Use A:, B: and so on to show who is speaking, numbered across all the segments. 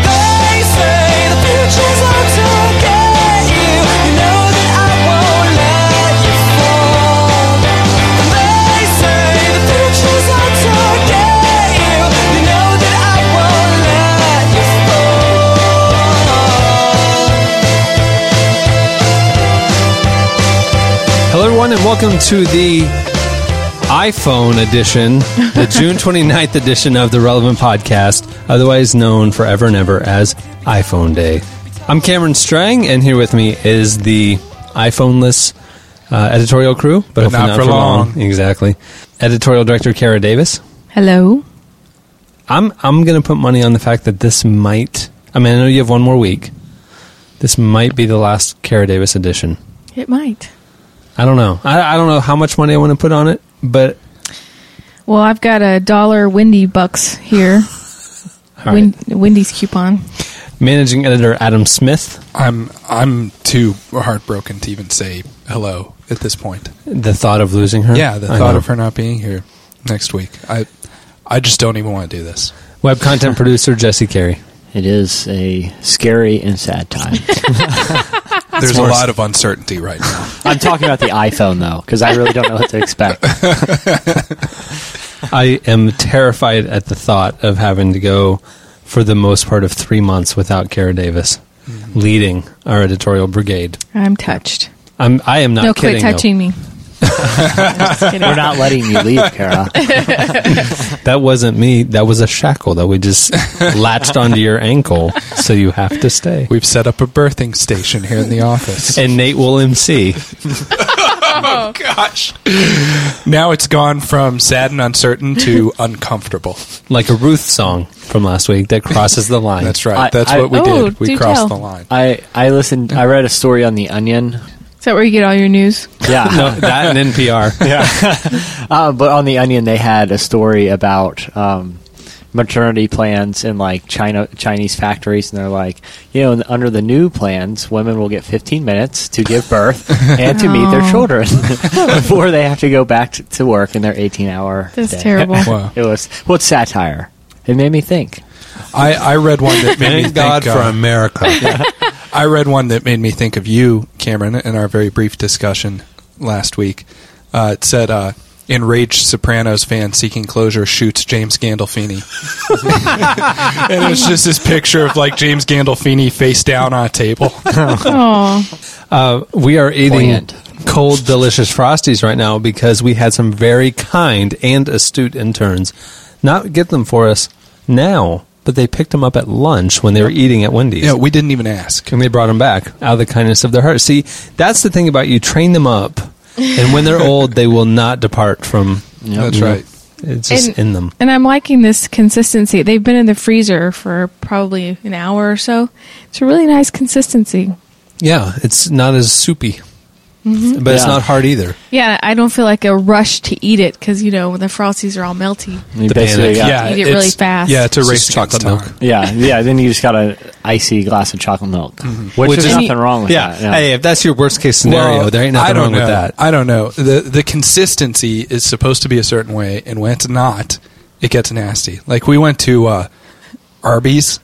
A: They say the future's out to get you. You know that I won't let you fall. They say the future's out to get you. You know that I won't let you fall.
B: Hello, everyone, and welcome to the iPhone edition, the June 29th edition of the Relevant Podcast, otherwise known forever and ever as iPhone Day. I'm Cameron Strang, and here with me is the iPhoneless uh, editorial crew, but, hopefully
C: not for long.
B: Exactly. Editorial director Kara Davis.
D: Hello.
B: I'm I'm going to put money on the fact that this might. I mean, I know you have one more week. This might be the last Kara Davis edition.
D: It might.
B: I don't know. I, I don't know how much money I want to put on it, but
D: Well, I've got a dollar Wendy bucks here.
B: all
D: Win-
B: right.
D: Wendy's coupon.
B: managing editor Adam Smith,
C: I'm I'm too heartbroken to even say hello at this point.
B: the thought of losing her.
C: Yeah, the
B: I
C: thought
B: know.
C: of her not being here next week. I I just don't even want to do this.
B: Web content producer Jesse Carey.
E: It is a scary and sad time.
C: There's a
B: worse.
C: lot of uncertainty right now.
E: I'm talking about the iPhone though, because I really don't know what to expect.
B: I am terrified at the thought of having to go for the most part of three months without Kara Davis
C: Mm.
B: leading our editorial brigade.
D: I'm touched.
B: I'm I am not
D: no,
B: kidding.
D: quit
B: though.
D: touching me. I'm just kidding.
E: We're not letting you leave, Kara.
B: That wasn't me. That was a shackle that we just latched onto your ankle, so you have to stay.
C: We've set up a birthing station here in the office.
B: And Nate will MC.
C: oh gosh. Now it's gone from sad and uncertain to uncomfortable.
B: like a Ruth song from last week that crosses the line.
C: That's right.
E: I-
C: That's
E: I-
C: what we
D: Oh,
C: did. We
D: do
C: crossed
D: tell.
C: the line.
E: I I listened. I read a story on the Onion.
D: Is that where you get all your news?
E: Yeah,
B: No, that and NPR.
E: uh, but on the Onion they had a story about um, maternity plans in like China Chinese factories, and they're like, you know, under the new plans, women will get 15 minutes to give birth and to meet their
D: Oh.
E: children before they have to go back t- to work in their 18 hour.
D: That's
E: day.
D: terrible.
C: Wow.
E: It was well, it's satire. It made me think.
C: I, I read one that made me
B: Thank
C: think,
B: God for
C: uh,
B: America.
C: I read one that made me think of you, Cameron, in our very brief discussion last week. Uh, it said, uh, "Enraged Sopranos fan seeking closure shoots James Gandolfini," and it was just this picture of like James Gandolfini face down on a table.
D: Oh,
B: Uh, we are eating
E: Poignant.
B: cold, delicious Frosties right now because we had some very kind and astute interns not get them for us now, but they picked them up at lunch when they were eating at Wendy's.
C: Yeah, we didn't even ask.
B: and they brought them back out of the kindness of their heart. See, that's the thing about you train them up, and when they're old, they will not depart from.
C: That's
B: you know,
C: right.
B: It's just
D: And-
B: in them.
D: and I'm liking this consistency. They've been in the freezer for probably an hour or so. It's a really nice consistency.
B: Yeah, it's not as soupy, but it's
E: Yeah.
B: not hard either.
D: Yeah, I don't feel like a rush to eat it because you know when the frosties are all melty.
E: You
B: The
E: basically
B: panic.
E: got-
C: Yeah,
D: Eat it
C: it's-
D: really fast.
C: Yeah, it's a
B: It's
C: race
B: just
C: against
B: chocolate milk.
C: time.
E: Yeah, yeah. Then you just got an icy glass of chocolate milk, which,
B: Mm-hmm. Which
E: is
B: is-
E: nothing wrong with
B: yeah.
E: that. yeah.
B: Hey, if that's your worst case scenario,
C: Well,
B: there ain't
C: I
B: nothing
C: don't
B: wrong
C: know.
B: with that.
C: I don't know. The the consistency is supposed to be a certain way, and when it's not, it gets nasty. Like we went to uh, Arby's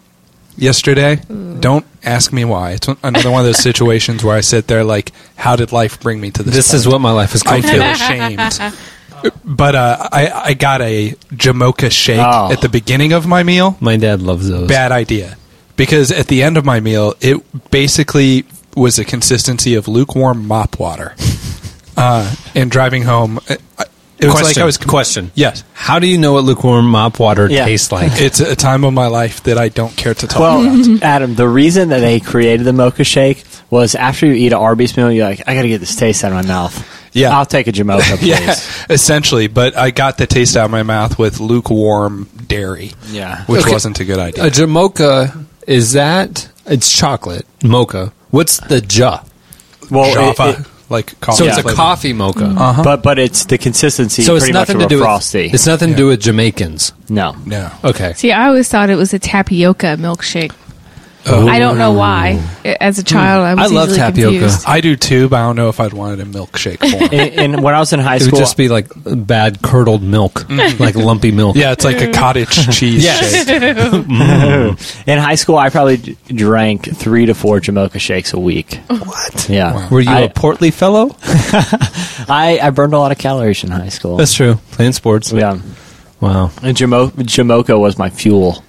C: yesterday. Don't ask me why. It's another one of those situations where I sit there like, how did life bring me to this?
B: This is
C: point?
B: what my life is
C: I
B: going
C: feel
B: to.
C: ashamed. But uh, I I got a Jamocha shake
E: Oh.
C: at the beginning of my meal
B: My dad loves those.
C: bad idea because at the end of my meal, it basically was the consistency of lukewarm mop water. Uh, and driving home, it, it was like I was
B: question.
C: Yes,
B: How do you know what lukewarm mop water
E: Yeah.
B: tastes like?
C: it's a time of my life that I don't care to talk about.
E: Well, Adam, the reason that they created the mocha shake was after you eat an Arby's meal, you're like, I got to get this taste out of my mouth.
C: Yeah.
E: I'll take a Jamocha, please.
C: Yeah, essentially. But I got the taste out of my mouth with lukewarm dairy.
E: Yeah.
C: which
B: Okay. Uh,
C: wasn't a good idea.
B: a jamocha is that? It's chocolate mocha. What's the ja?
E: Well, it-
C: Jaffa,
E: it-
C: like coffee.
B: oh, So it's a
C: flavor.
B: coffee mocha.
E: but but it's the consistency.
B: So it's
E: Mm-hmm. pretty much
B: nothing
E: of
B: to
E: a
B: do
E: frosty.
B: with it's nothing to do with Jamaicans.
E: no.
C: No,
B: Okay.
D: See, I always thought it was a tapioca milkshake. I don't know why. As a child, I
B: Hmm. I
D: was
B: love
D: easily
B: tapioca.
D: confused.
C: I do too, but I don't know if I'd want it in milkshake form.
E: And, and when I was in high
B: It would
E: school, Mm.
B: just be like bad curdled milk, like lumpy milk.
C: yeah, it's like a cottage cheese
B: Yes.
C: shake.
E: in high school, I probably d- drank three to four Jamocha shakes a week. What? Yeah.
B: Oh. Were you
E: I-
B: a portly fellow?
E: I, I burned a lot of calories in high school.
B: That's true. Playing sports.
E: yeah.
B: Wow.
E: And Jamo- Jamocha was my fuel.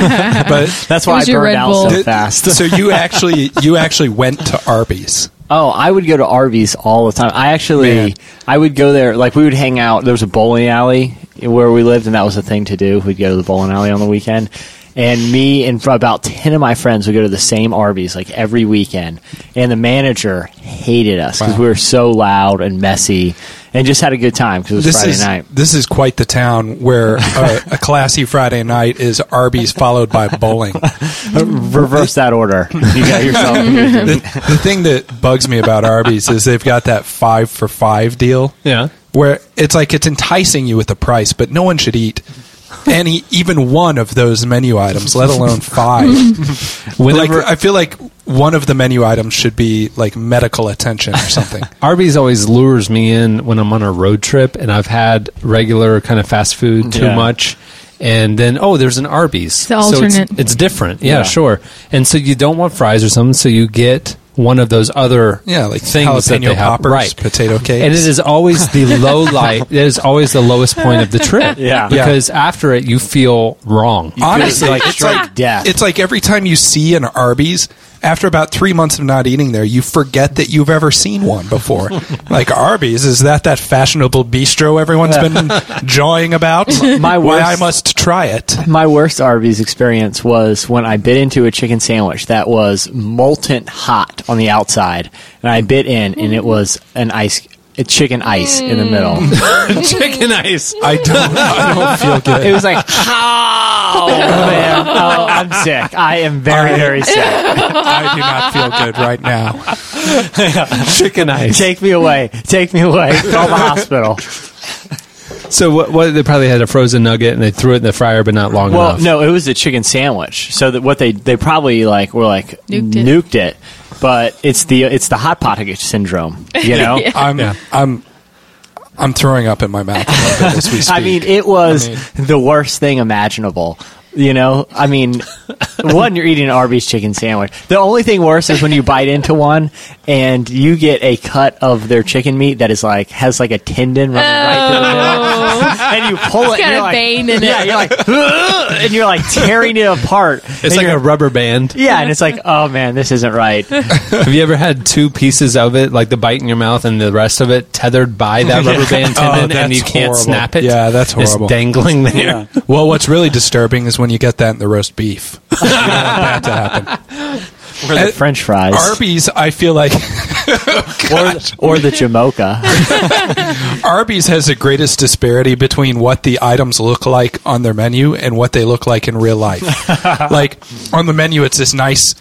C: But
D: It
E: That's why I
D: was your
E: burned
D: Red
E: out
D: Bull.
E: so fast.
C: so you actually you actually went to Arby's.
E: Oh, I would go to Arby's all the time. I actually,
C: Man.
E: I would go there. Like we would hang out. There was a bowling alley where we lived, and that was a thing to do. We'd go to the bowling alley on the weekend, and me and fr- about ten of my friends would go to the same Arby's like every weekend. And the manager hated us because
C: Wow.
E: we were so loud and messy, and just had a good time because it was
C: This
E: Friday
C: is
E: night.
C: this is quite the town where a, a classy Friday night is Arby's followed by bowling.
E: Uh, Reverse that order. You got yourself.
C: The, the thing that bugs me about Arby's is they've got that five for five deal.
B: Yeah.
C: where it's like it's enticing you with the price, but no one should eat any even one of those menu items, let alone five. like
B: Whenever
C: I feel like one of the menu items should be like medical attention or something.
B: Arby's always lures me in when I'm on a road trip and I've had regular kind of fast food too
E: Yeah.
B: much. And then, oh, there's an Arby's.
D: the
B: So it's-
D: alternate.
B: it's, different. Yeah,
E: Yeah.
B: sure. And so you don't want fries or something, so you get one of those other
C: Yeah, like
B: things that
C: jalapeno
B: they have.
C: poppers,
B: right.
C: potato cakes.
B: And it is always the low light. It is always the lowest point of the trip.
E: Yeah.
B: Because after it, you feel wrong.
C: Honestly,
E: like
C: it's
E: straight
C: like
E: death.
C: It's like every time you see an Arby's, after about three months of not eating there, you forget that you've ever seen one before. like Arby's, is that that fashionable bistro everyone's been jawing about?
E: My
C: Why
E: worst-
C: I must try it.
E: My worst Arby's experience was when I bit into a chicken sandwich that was molten hot on the outside, and I bit in, and it was an ice, a chicken ice in the middle.
B: Chicken ice.
C: I don't. I don't feel
E: It
C: good.
E: was like, oh man, oh, I'm sick. I am very, very sick.
C: I do not feel good right now.
B: Chicken ice.
E: Take me away, take me away. Call the hospital.
B: So what, what? They probably had a frozen nugget and they threw it in the fryer, but not long
E: Well,
B: enough.
E: no, it was a chicken sandwich. So that what they they probably like were like
D: Nuked
E: nuked
D: it.
E: it, but it's the it's the hot pocket syndrome, you know.
C: I'm. I'm. I'm throwing up in my mouth as we speak.
E: I mean, it was
C: I
E: the worst thing imaginable. You know, I mean, one, you're eating an Arby's chicken sandwich. The only thing worse is when you bite into one and you get a cut of their chicken meat that is like, has like a tendon running right through the
B: Oh,
E: middle. And you pull it,
D: Oh. got
E: and
D: a
E: you're like,
D: vein in
E: yeah,
D: it.
E: you're like, "Ugh," and you're like tearing it apart. And
B: it's like a
E: you're-
B: rubber band.
E: yeah, and it's like, oh man, this isn't right.
B: Have you ever had two pieces of it, like the bite in your mouth and the rest of it, tethered by that rubber band
C: Oh,
B: tendon, and
C: that's
B: you can't
C: horrible.
B: snap it?
C: Yeah, that's horrible.
B: It's dangling there.
C: well, what's really disturbing is when you get that in the roast beef. You don't want that to happen.
E: Or the
C: Uh,
E: French fries,
C: Arby's, I feel like
E: or, or the Jamocha.
C: Arby's has the greatest disparity between what the items look like on their menu and what they look like in real life. like on the menu, it's this nice,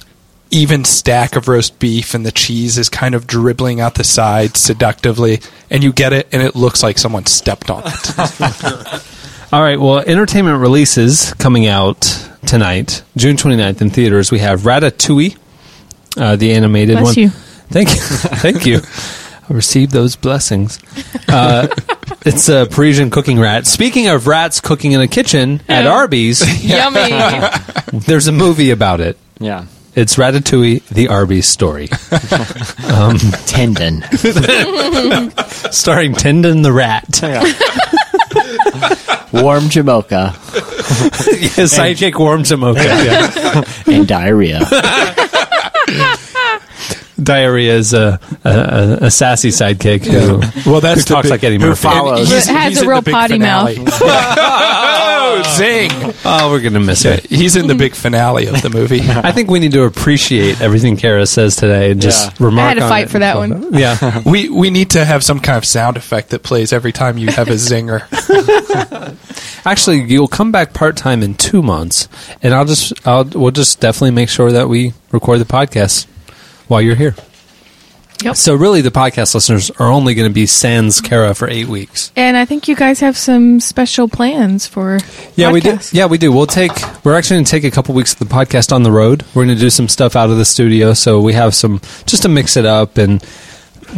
C: even stack of roast beef, and the cheese is kind of dribbling out the side seductively, and you get it, and it looks like someone stepped on it.
B: All right, well, entertainment releases coming out tonight, June 29th in theaters. We have Ratatouille, uh, the animated
D: Bless
B: one.
D: you.
B: Thank you. Thank you. I received those blessings. Uh, it's a Parisian cooking rat. Speaking of rats cooking in a kitchen at Arby's,
D: Yummy.
B: there's a movie about it.
E: yeah,
B: It's Ratatouille, the Arby's story.
E: tendon.
B: starring Tendon the Rat.
E: Warm Jamocha.
B: Sidekick warm Jamocha.
E: and diarrhea.
B: Diarrhea is a, a, a, a sassy sidekick who,
C: Well, that's
B: who talks like Eddie
C: who
B: Murphy.
E: follow- follows.
D: It has a
C: in
D: real
C: the big
D: potty
C: finale. oh, zing!
B: Oh, we're going to miss it.
C: He's in the big finale of the movie.
B: I think we need to appreciate everything Kara says today and just
E: Yeah.
B: remark
D: I had to
B: on
D: fight
B: it.
D: for that one.
B: Yeah.
C: We we need to have some kind of sound effect that plays every time you have a zinger.
B: Actually, you'll come back part time in two months, and I'll just I'll, we'll just definitely make sure that we record the podcast while you're here.
D: Yep.
B: So really, the podcast listeners are only going to be sans Kara for eight weeks.
D: And I think you guys have some special plans for
B: Yeah, we do.
D: podcasts.
B: Yeah, we do. We'll take. We're actually going to take a couple weeks of the podcast on the road. We're going to do some stuff out of the studio, so we have some just to mix it up and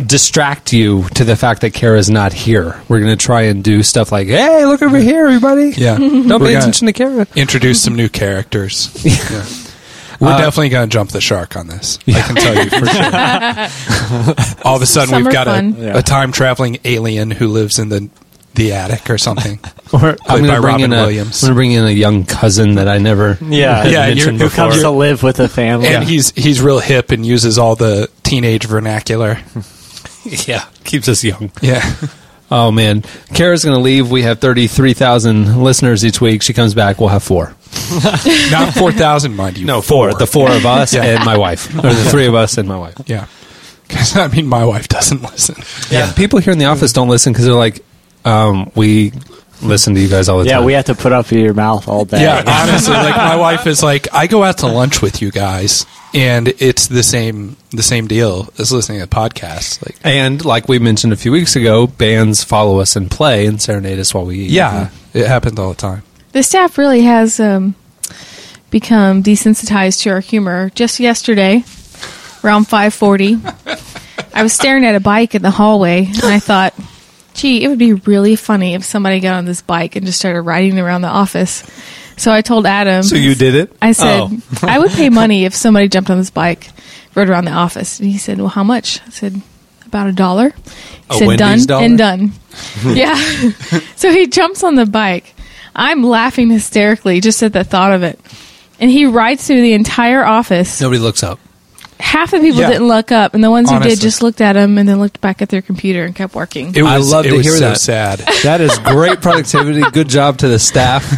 B: distract you to the fact that Kara's not here. We're going to try and do stuff like, "Hey, look over here, everybody!
C: Yeah.
B: don't
C: We're
B: pay
C: gonna
B: attention to Kara."
C: Introduce some new characters. Yeah. We're
B: Uh,
C: definitely going to jump the shark on this. I can tell you for sure. All of a sudden,
D: Summer
C: we've got
D: fun.
C: a,
E: Yeah.
C: a time traveling alien who lives in the the attic or something.
B: Or I'm
C: Played
B: going
C: by
B: to bring
C: Robin
B: in a,
C: Williams.
B: I'm gonna bring in a young cousin that I never
E: Yeah.
B: had
E: Yeah,
C: you're-
B: mentioned
C: who
E: Who
B: before.
E: comes to live with a family?
C: And he's he's real hip and uses all the teenage vernacular.
B: yeah, keeps us young.
C: Yeah.
B: Oh man, Kara's going to leave. We have thirty three thousand listeners each week. She comes back, we'll have four.
C: Not 4,000, mind you.
B: No, four. The four of us
C: Yeah.
B: and my wife, or the three of us and my wife.
C: Yeah. Because, I mean, my wife doesn't listen.
B: Yeah, people here in the office don't listen because they're like, um, we listen to you guys all the
E: yeah,
B: time.
E: we have to put up with your mouth all day.
C: Yeah, honestly, like my wife is like, I go out to lunch with you guys, and it's the same the same deal as listening to podcasts. Like,
B: and like we mentioned a few weeks ago, bands follow us and play and serenade us while we eat.
C: yeah, it happens all the time.
D: The staff really has um, become desensitized to our humor. Just yesterday, around 5:40, I was staring at a bike in the hallway, and I thought, "Gee, it would be really funny if somebody got on this bike and just started riding around the office." So I told Adam.
B: did it? Oh.
D: I said,
C: Oh.
D: I would pay money if somebody jumped on this bike, rode around the office. And he said, Well, how much? I said, About a dollar. He
B: A
D: said,
B: Wendy's
D: Done
B: dollar?
D: and done. yeah. so he jumps on the bike. I'm laughing hysterically just at the thought of it. And he rides through the entire office.
B: Nobody looks up.
D: Half the people
C: Yeah.
D: didn't look up, and the ones who did
C: Honestly.
D: just looked at him and then looked back at their computer and kept working.
C: It was,
B: I love
C: it
B: to
C: was
B: hear
C: so
B: that.
C: sad.
B: That is great productivity. Good job to the staff.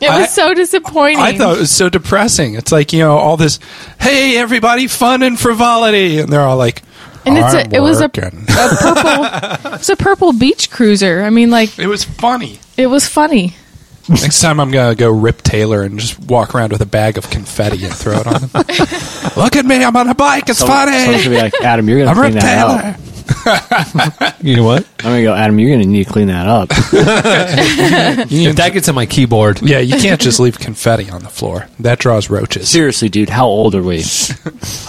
D: It
C: I-
D: was so disappointing.
C: I thought it was so depressing. It's like you know all this, hey everybody, fun and frivolity, and they're all like,
D: and it's
C: "I'm
D: a, it was a,
C: working."
D: a purple, it's a purple beach cruiser. I mean, like
C: it was funny.
D: it was funny.
C: Next time I'm gonna go rip Taylor and just walk around with a bag of confetti and throw it on him. Look at me, I'm on a bike. It's
E: Someone's
C: funny.
E: gonna be like, Adam, you're gonna
C: I'm
E: clean
C: Rip
E: that
C: Taylor.
E: up.
B: You know what?
E: I'm gonna go, Adam, you're gonna need to clean that up.
B: If that gets on my keyboard,
C: Yeah, you can't just leave confetti on the floor. That draws roaches.
E: Seriously, dude, how old are we?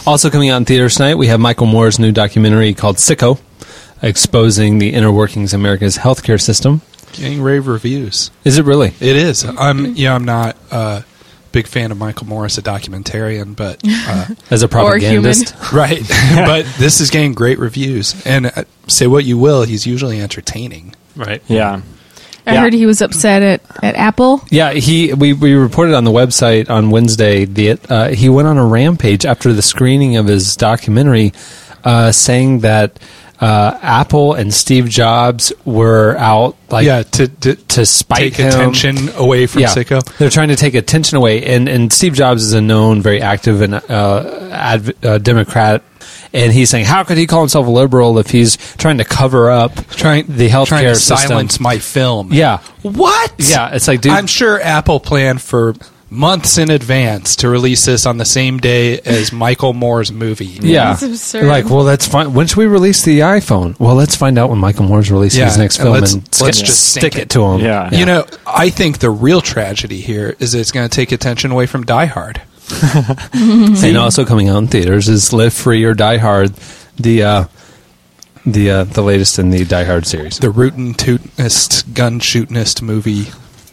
B: Also coming out in theaters tonight, we have Michael Moore's new documentary called Sicko, exposing the inner workings of America's healthcare system.
C: Getting rave reviews.
B: Is it really?
C: It is. I'm yeah, I'm not a big fan of Michael Moore as a documentarian, but uh,
B: As a propagandist?
C: right. but this is getting great reviews. And uh, say what you will, he's usually entertaining.
B: Right.
E: Yeah.
D: I
E: Yeah.
D: heard he was upset at, at Apple.
B: Yeah, he we, we reported on the website on Wednesday that uh, he went on a rampage after the screening of his documentary, uh, saying that uh, Apple and Steve Jobs were out like
C: yeah, to to,
B: to spite
C: take
B: him.
C: attention away from Sicko.
B: They're trying to take attention away, and and Steve Jobs is a known, very active and uh, adv- uh, Democrat, and he's saying, how could he call himself a liberal if he's trying to cover up
C: Trying
B: the healthcare
C: trying to
B: system?
C: silence my film.
B: Yeah,
C: What?
B: yeah. It's like, dude,
C: I'm sure Apple planned for months in advance to release this on the same day as Michael Moore's movie.
B: yeah.
D: That's absurd.
B: Like, well, that's fine. When should we release the iPhone? Well, let's find out when Michael Moore's releasing
C: Yeah,
B: his next
C: and
B: film,
C: let's-
B: and sk-
C: let's just
B: stick
C: sink
B: it
C: it.
B: to him.
E: Yeah.
C: You know, I think the real tragedy here is it's going to take attention away from Die Hard.
B: And also coming out in theaters is Live Free or Die Hard, the uh, the uh, the latest in the Die Hard series.
C: The rootin' tootin'est, gun shootin'est movie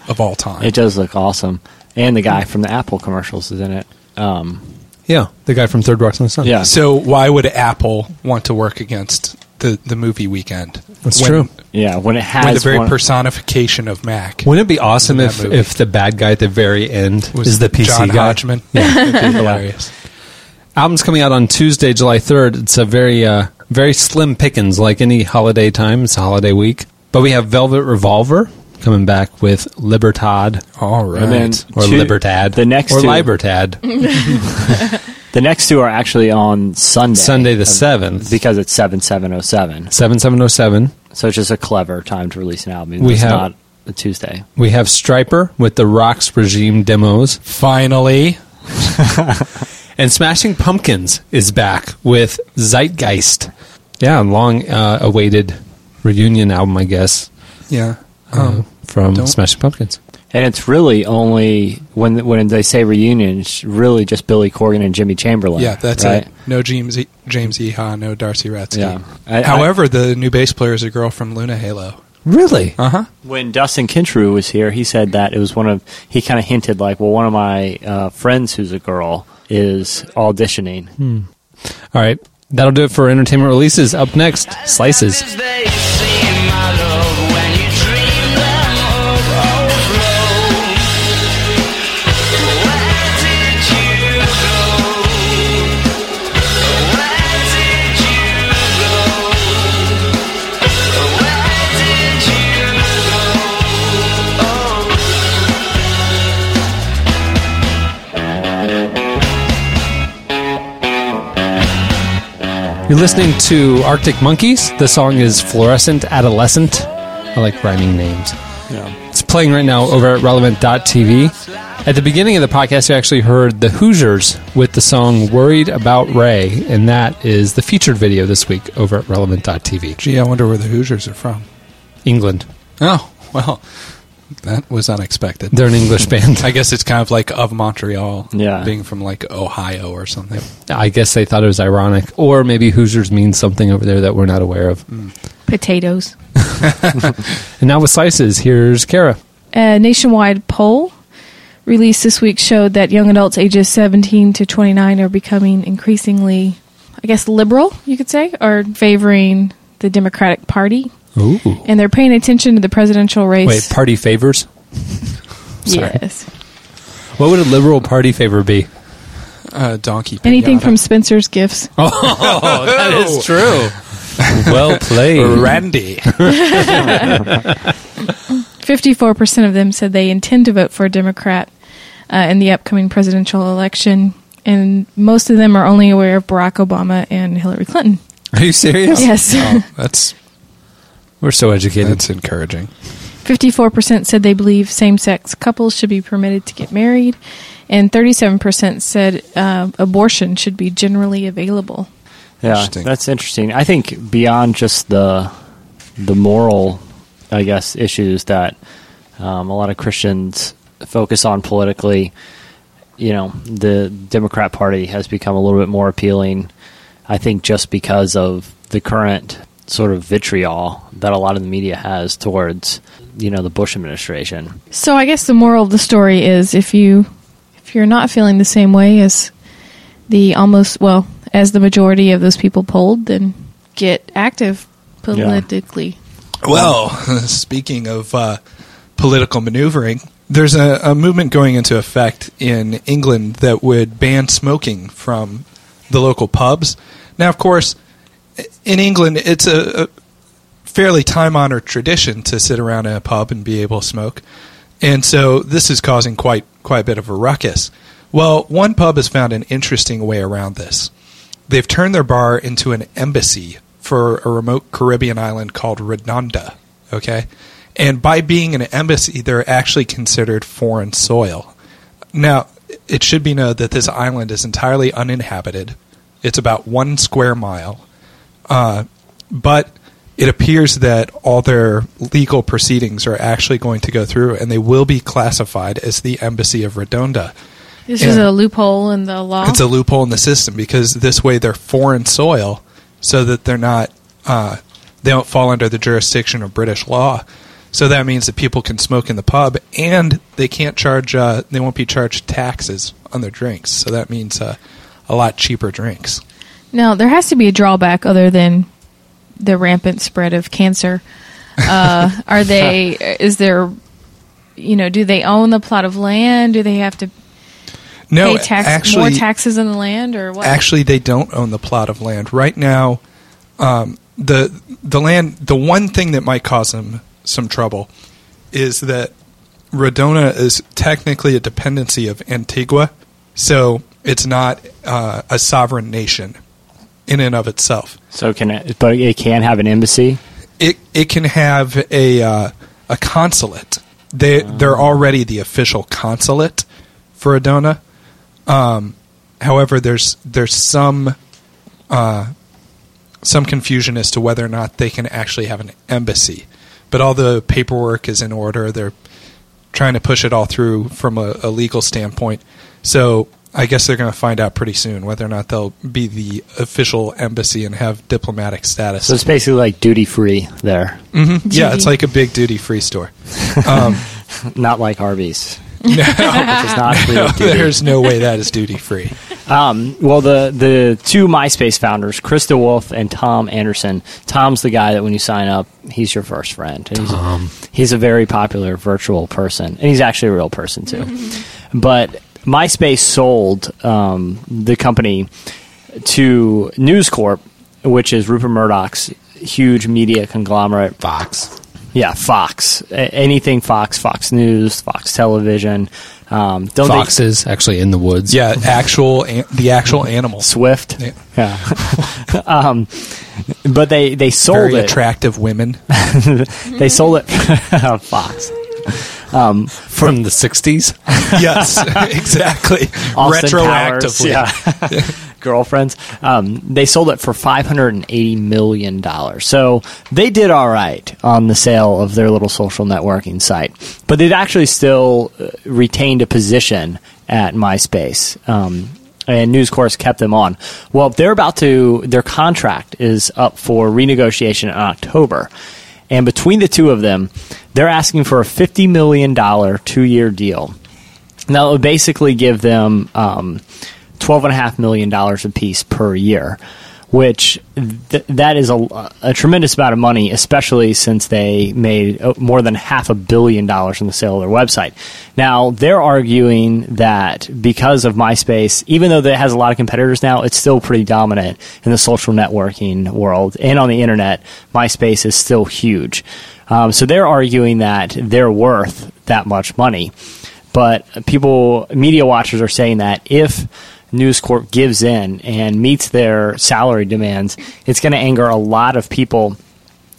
C: of all time.
E: It does look awesome. And the guy from the Apple commercials is in it. Um,
B: Yeah, the guy from Third Rock from the Sun.
E: yeah.
C: so why would Apple want to work against the, the movie weekend?
B: That's
C: when,
B: true.
E: yeah. When it has
C: When the very
E: one-
C: personification of Mac
B: Wouldn't it be awesome
C: that
B: if,
C: movie.
B: if the bad guy at the very end
C: was
B: is the PC
C: John
B: guy?
C: Hodgman. It'd be hilarious.
B: Album's coming out on Tuesday, July third. It's a very uh, very slim pickings, like any holiday time. It's a holiday week, but we have Velvet Revolver coming back with Libertad
C: All right.
E: And then
B: or
E: two-
B: Libertad,
E: The next
B: or
E: two,
B: Libertad
E: The next two are actually on Sunday.
B: Sunday the
E: of-
B: seventh.
E: Because it's seven seven oh seven.
B: Seven seven oh seven.
E: So it's just a clever time to release an album.
B: We
E: it's
B: have-
E: not a Tuesday.
B: We have Striper with the Rocks Regime demos,
C: Finally,
B: And Smashing Pumpkins is back with Zeitgeist. Yeah, long uh, awaited reunion album, I guess,
C: Yeah.
E: Uh-huh.
B: uh,
C: Um,
B: from
C: don't-
B: Smashing Pumpkins.
E: And it's really only when when they say reunion, it's really just Billy Corgan and Jimmy Chamberlain.
C: yeah, that's
E: right?
C: it. No James E- James Eha, no Darcy Ratsky.
E: Yeah. I- I-
C: However, the new bass player is a girl from Luna Halo.
B: Really?
C: Uh huh.
E: When Dustin Kintrew was here, he said that it was one of he kind of hinted like, well, one of my uh, friends who's a girl is auditioning.
B: All right. That'll do it for entertainment releases. Up next, Slices. You're listening to Arctic Monkeys. The song is Fluorescent Adolescent. I like rhyming names. It's playing right now over at relevant.tv. At the beginning of the podcast, you actually heard the Hoosiers with the song Worried About Ray, and that is the featured video this week over at relevant.tv.
C: Gee, I wonder where the Hoosiers are from.
B: England.
C: Oh well, that was unexpected.
B: They're an English band.
C: I guess it's kind of like of Montreal,
E: Yeah.
C: being from like Ohio or something.
B: I guess they thought it was ironic, or maybe Hoosiers means something over there that we're not aware of.
D: Potatoes.
B: And now with Slices, here's Kara.
D: A nationwide poll released this week showed that young adults ages 17 to 29 are becoming increasingly, I guess, liberal, you could say, or favoring the Democratic Party.
B: Ooh.
D: And they're paying attention to the presidential race.
B: Wait, party favors? sorry.
D: yes.
B: What would a liberal party favor be?
C: Uh, donkey.
D: Anything
C: pinata.
D: from Spencer's Gifts.
B: Oh, that is true. well played.
C: Randy.
D: 54% of them said they intend to vote for a Democrat uh, in the upcoming presidential election. And most of them are only aware of Barack Obama and Hillary Clinton.
B: Are you serious?
D: Yes.
C: That's
B: We're so educated.
C: that's encouraging.
D: 54% said they believe same sex couples should be permitted to get married. And 37% said uh, abortion should be generally available.
E: Yeah,
C: Interesting.
E: that's interesting. I think beyond just the the moral, I guess, issues that um, a lot of Christians focus on politically, you know, the Democrat Party has become a little bit more appealing. I think just because of the current sort of vitriol that a lot of the media has towards, you know, the Bush administration.
D: So I guess the moral of the story is if you if you're not feeling the same way as the almost well as the majority of those people polled, then get active politically.
C: Well, speaking of uh, political maneuvering, there's a, a movement going into effect in England that would ban smoking from the local pubs. Now, of course, i- in England, it's a, a fairly time honored tradition to sit around in a pub and be able to smoke. And so this is causing quite quite a bit of a ruckus. Well, one pub has found an interesting way around this. They've turned their bar into an embassy for a remote Caribbean island called Redonda, okay? And by being an embassy, they're actually considered foreign soil. Now, it should be noted that this island is entirely uninhabited. It's about one square mile Uh, but it appears that all their legal proceedings are actually going to go through and they will be classified as the embassy of redonda
D: This
C: Yeah.
D: is a loophole in the law.
C: it's a loophole in the system because this way they're foreign soil so that they're not uh, they don't fall under the jurisdiction of british law so that means that people can smoke in the pub and they can't charge uh, they won't be charged taxes on their drinks so that means uh, a lot cheaper drinks
D: now there has to be a drawback other than the rampant spread of cancer. Uh, are they? Is there? You know, do they own the plot of land? Do they have to
C: no
D: pay tax, more
C: actually
D: taxes on the land, or what?
C: Actually, they don't own the plot of land right now. Um, the the land, the one thing that might cause them some trouble is that Rodona is technically a dependency of Antigua, so it's not uh, a sovereign nation in and of itself.
E: So can it, but it can have an embassy.
C: It it can have a uh, a consulate.
E: Ah.
C: They they're already the official consulate for Adona. Um, However, there's there's some uh, some confusion as to whether or not they can actually have an embassy. But all the paperwork is in order. They're trying to push it all through from a, a legal standpoint. So I guess they're going to find out pretty soon whether or not they'll be the official embassy and have diplomatic status.
E: So it's basically like duty free there,
C: yeah, it's
D: GD.
C: like a big duty free store. Um,
E: not like Arby's.
C: No,
E: Which is not free of duty.
C: there's no way that is duty free.
E: Well, the the two MySpace founders, Krista Wolf and Tom Anderson. Tom's the guy that when you sign up, he's your first friend. And Tom. He's, he's a very popular virtual person, and he's actually a real person too. But MySpace sold um, the company to News Corp, which is Rupert Murdoch's huge media conglomerate.
F: Fox.
E: Yeah, Fox. A- anything Fox, Fox News, Fox Television. Um, don't they-
B: Foxes actually in the woods.
C: Yeah, actual an- the actual animals.
E: Swift.
C: Yeah.
E: Yeah. um, but they they sold
C: Very
E: it.
C: attractive women.
E: they sold it. Fox.
B: From the 60s.
C: yes, exactly.
E: Austin Powers,
C: Retroactively.
E: yeah. Girlfriends. Um, they sold it for five hundred and eighty million dollars. So they did all right on the sale of their little social networking site, but it actually still uh, retained a position at MySpace. Um, and News Corps kept them on. Well, they're about to. Their contract is up for renegotiation in October. And between the two of them, they're asking for a $50 million two year deal. Now, it would basically give them um, $12.5 million apiece per year, which th- that is a, a tremendous amount of money, especially since they made uh, more than half a billion dollars in the sale of their website. Now, they're arguing that because of MySpace, even though it has a lot of competitors now, it's still pretty dominant in the social networking world and on the internet. MySpace is still huge. Um, so they're arguing that they're worth that much money but people, media watchers are saying that if News Corp gives in and meets their salary demands, it's going to anger a lot of people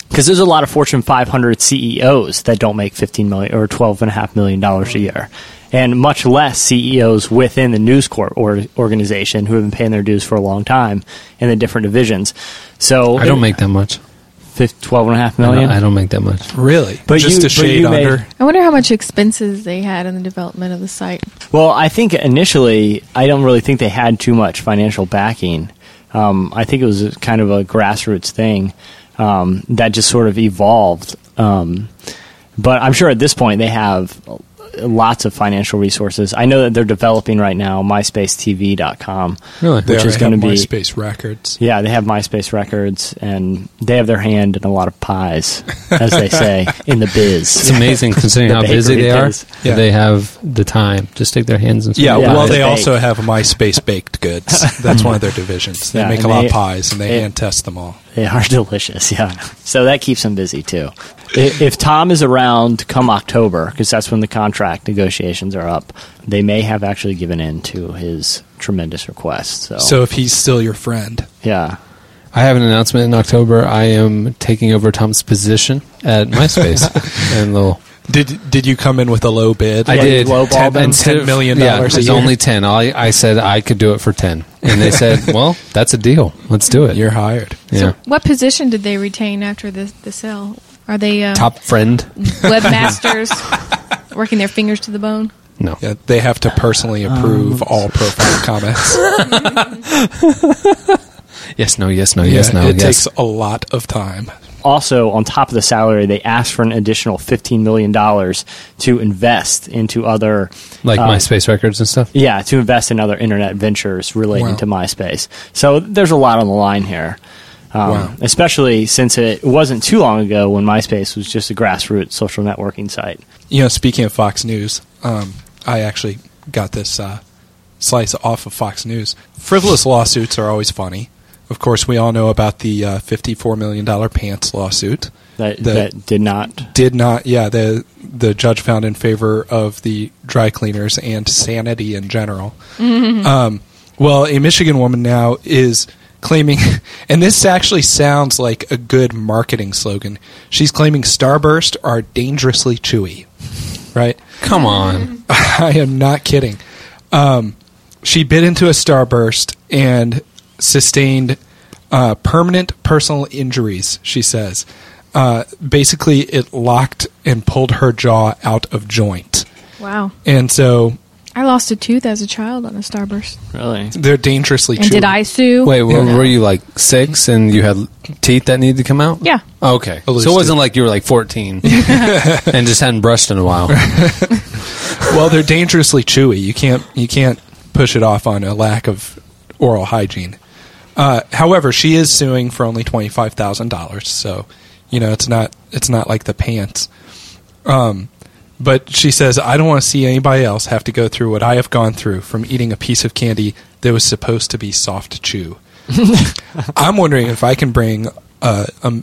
E: because there's a lot of Fortune 500 CEOs E that don't make 15 million or 12 and a half million dollars a year, and much less CEOs within the News Corp or organization who have been paying their dues for a long time in the different divisions. So
B: I don't make that much.
E: fif- 12 and a half
B: I
E: million.
B: don't, I don't make that much.
C: Really?
E: But
C: Just
E: you-
C: a
E: but
C: shade
E: you made-
C: under.
D: I wonder how much expenses they had in the development of the site.
E: Well, I think initially, I don't really think they had too much financial backing. Um, I think it was kind of a grassroots thing um, that just sort of evolved. Um, but I'm sure at this point they have lots of financial resources. I know that they're developing right now MySpaceTV.com,
B: Really?
C: They
E: which is
C: already
E: going to
C: have
E: be
C: MySpace records.
E: yeah, they have MySpace records, and they have their hand in a lot of pies, as they say in the biz.
B: It's amazing considering
E: The
B: how busy
E: bakery
B: they are.
E: biz.
C: Yeah.
B: They have the time. Just take their hands and
C: Yeah,
E: Yeah,
C: well,
E: they
C: they
E: bake.
C: also have MySpace baked goods. That's one of their divisions. They
E: Yeah,
C: make a
E: and
C: lot
E: they-
C: of pies and they
E: it-
C: hand test them all.
E: They are delicious, yeah. So that keeps them busy too. I- If Tom is around come October, because that's when the contract negotiations are up, they may have actually given in to his tremendous request. So,
C: So if he's still your friend,
E: yeah,
B: I have an announcement in October. I am taking over Tom's position at MySpace. and little,
C: did did you come in with a low bid?
B: I
E: Yeah,
B: did.
E: you lowballed
B: Ten-
E: them.
B: instead
C: $10 million
B: Yeah, it
C: a
B: was
C: year.
B: only 10. I, I said I could do it for 10. And they said, well, that's a deal. Let's do it.
C: You're hired.
B: yeah.
D: What position did they retain after the, the sale? Are they uh,
B: Top friend?
D: webmasters working their fingers to the bone?
B: No.
C: Yeah, they have to personally
E: Um,
C: approve all profile comments.
B: Yes, no, yes, no, yes,
C: Yeah,
B: no,
C: it
B: yes.
C: takes a lot of time.
E: also on top of the salary, they asked for an additional fifteen million dollars to invest into other
B: like
E: um,
B: MySpace records and stuff.
E: Yeah, to invest in other internet ventures relating
C: Wow.
E: to MySpace. So there's a lot on the line here. Um,
C: Wow.
E: Especially since it wasn't too long ago when MySpace was just a grassroots social networking site.
C: You know, speaking of Fox News, um, I actually got this uh, slice off of Fox News. Frivolous lawsuits are always funny. Of course, we all know about the uh, $54 million pants lawsuit.
E: That,
C: The-
E: that did not.
C: Did not, yeah, the, the judge found in favor of the dry cleaners and sanity in general. Um, well, a Michigan woman now is claiming, and this actually sounds like a good marketing slogan. She's claiming Starburst are dangerously chewy, right?
B: Come on.
C: I am not kidding. Um, she bit into a starburst and sustained uh, permanent personal injuries. She says, uh, basically, it locked and pulled her jaw out of joint,
D: Wow.
C: and so
D: I lost a tooth as a child on a starburst.
E: Really?
C: they're dangerously.
D: And did
C: chewing.
D: I sue?
B: Wait, were, were you like six and you had teeth that needed to come out? Oh,
D: Yeah.
B: Okay. So
C: loose
B: it wasn't
C: tooth.
B: like you were like 14 and just hadn't brushed in a while.
C: Well, they're dangerously chewy. You can't you can't push it off on a lack of oral hygiene. Uh, however, she is suing for only twenty five thousand dollars. So, you know, it's not it's not like the pants. Um, but she says, I don't want to see anybody else have to go through what I have gone through from eating a piece of candy that was supposed to be soft chew. I'm wondering if I can bring a, a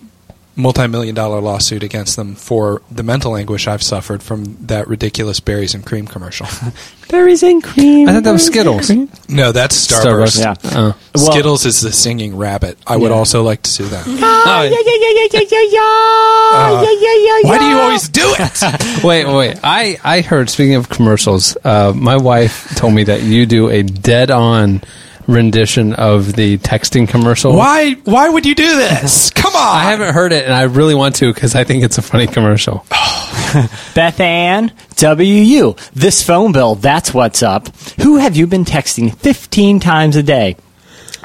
C: multi-million dollar lawsuit against them for the mental anguish I've suffered from that ridiculous berries and cream commercial.
E: Berries and cream.
B: I thought that was Skittles.
C: no, that's Starburst.
B: Starburst.
E: Yeah.
B: Uh,
E: Well-
C: Skittles is the singing rabbit. I would
E: Yeah.
C: also like to sue them.
B: oh, yeah.
C: Why do you always do it?
B: Wait, wait. I, I heard, speaking of commercials, uh, my wife told me that you do a dead on rendition of the texting commercial.
C: why? Why would you do this? Come on!
B: I haven't heard it and I really want to because I think it's a funny commercial.
E: Beth Ann, WU. This phone bill, that's what's up. Who have you been texting 15 times a day?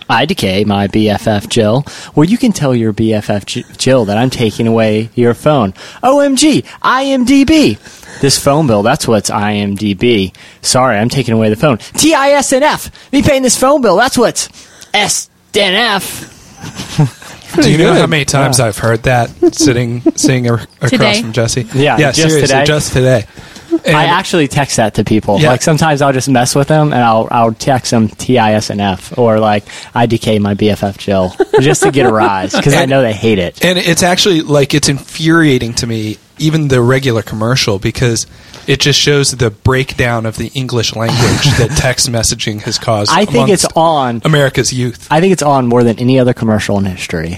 E: I decay my BFF Jill. Well, you can tell your BFF J- Jill that I'm taking away your phone. OMG, IMDb. This phone bill, that's what's IMDb. Sorry, I'm taking away the phone. TISNF. Me paying this phone bill, that's what's SNF.
C: Do you know how many times I've heard that sitting sitting ar- across
D: Today.
C: from Jesse? yeah,
E: Yeah, just
C: seriously,
E: today.
C: just today. And
E: I actually text that to people.
C: Yeah.
E: Like sometimes I'll just mess with them and I'll I'll text them TISNF or like I decay my BFF Jill just to get a rise because I
C: And-
E: know they hate it.
C: And it's actually like it's infuriating to me, even the regular commercial, because it just shows the breakdown of the English language that text messaging has caused.
E: I think it's
C: amongst
E: on.
C: America's youth.
E: I think it's on more than any other commercial in history.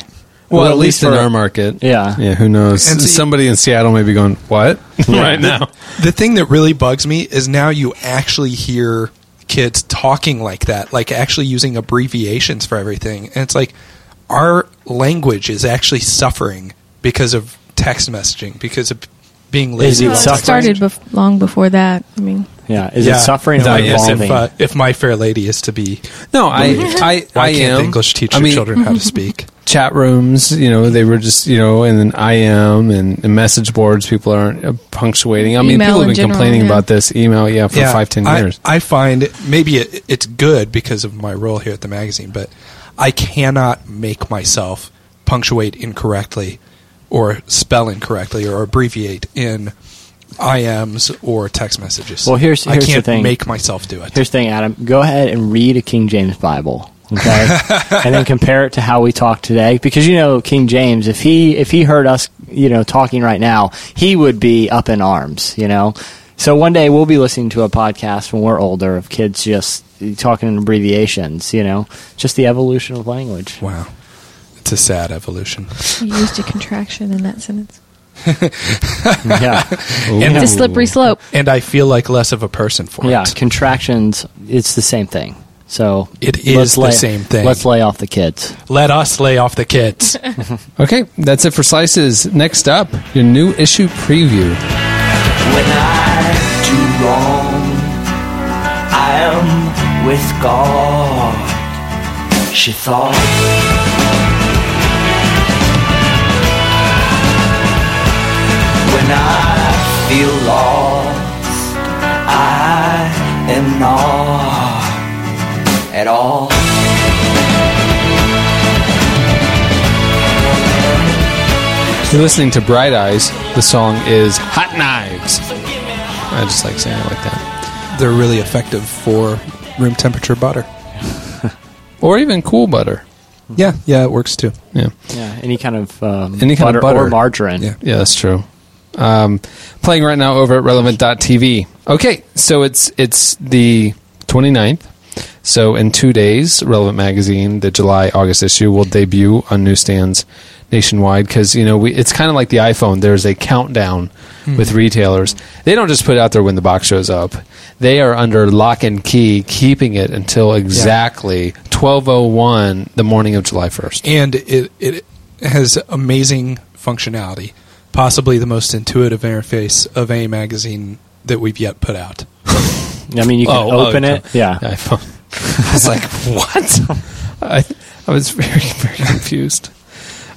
B: Well,
E: Or
B: at least in
E: for-
B: our market.
E: Yeah.
B: Yeah, who knows?
C: And
B: And
C: so-
B: Somebody in Seattle may be going, what? right now.
C: The thing that really bugs me is now you actually hear kids talking like that, like actually using abbreviations for everything. And it's like our language is actually suffering because of text messaging, because of being lazy.
E: it
D: Well,
C: about
D: it
C: text
D: started
C: messaging.
D: bef- long before that. I mean,
E: Yeah, is
C: Yeah.
E: it suffering or
C: I guess if,
E: evolving?
C: uh, if My Fair Lady is to be
B: No, I, I,
C: Why
B: I
C: can't
B: am.
C: the English teach
B: I
C: your
B: mean,
C: children how to speak?
B: chat rooms, you know, they were just, you know, and then I am and, and message boards, people aren't uh, punctuating. I mean,
D: Email
B: people have
D: in
B: been
D: general,
B: complaining
D: yeah.
B: about this email, yeah, for five, ten
C: I-
B: years.
C: I, find maybe it, it's good because of my role here at the magazine, but I cannot make myself punctuate incorrectly or spell incorrectly or abbreviate in IMs or text messages.
E: Well, here's- here's
C: I
E: the
C: can't
E: thing.
C: make myself do it.
E: Here's the thing, Adam. Go ahead and read a King James Bible, okay, and then compare it to how we talk today. Because you know King James, if he if he heard us, you know, talking right now, he would be up in arms, you know. So one day we'll be listening to a podcast when we're older of kids just talking in abbreviations, you know, just the evolution of language.
C: wow. It's a sad evolution.
D: you used a contraction in that sentence.
E: yeah,
C: And,
D: It's a slippery slope.
C: and I feel like less of a person for
E: yeah.
C: it.
E: Contractions, it's the same thing. So
C: It
E: let's
C: is the same thing.
E: Let's lay off the kids.
C: Let us lay off the kids.
B: Okay, that's it for slices. Next up, your new issue preview.
F: When I do wrong, I am with God. She thought. When I feel lost, I am not at all.
B: You're listening to Bright Eyes. The song is Hot Knives. I just like saying it like that.
C: They're really effective for room temperature butter.
B: Or even Cool Butter.
C: Yeah, yeah, it works too.
B: Yeah.
E: Yeah, any kind of um,
B: Any kind
E: butter,
B: of butter.
E: or margarine.
C: Yeah.
B: Yeah, that's true. Um, playing right now over at relevant.tv. Okay, so it's it's the 29th. So in two days, Relevant Magazine, the July August issue, will debut on newsstands nationwide because you know we, it's kind of like the iPhone. There's a countdown with retailers. They don't just put it out there when the box shows up. they are under lock and key, keeping it until exactly 12:01 the morning of July 1st.
C: and it it has amazing functionality, possibly the most intuitive interface of any magazine that we've yet put out.
E: I mean, you can
B: Oh, oh,
E: open
B: okay.
E: it. Yeah.
B: iPhone. I was like, what? I, I was very, very confused.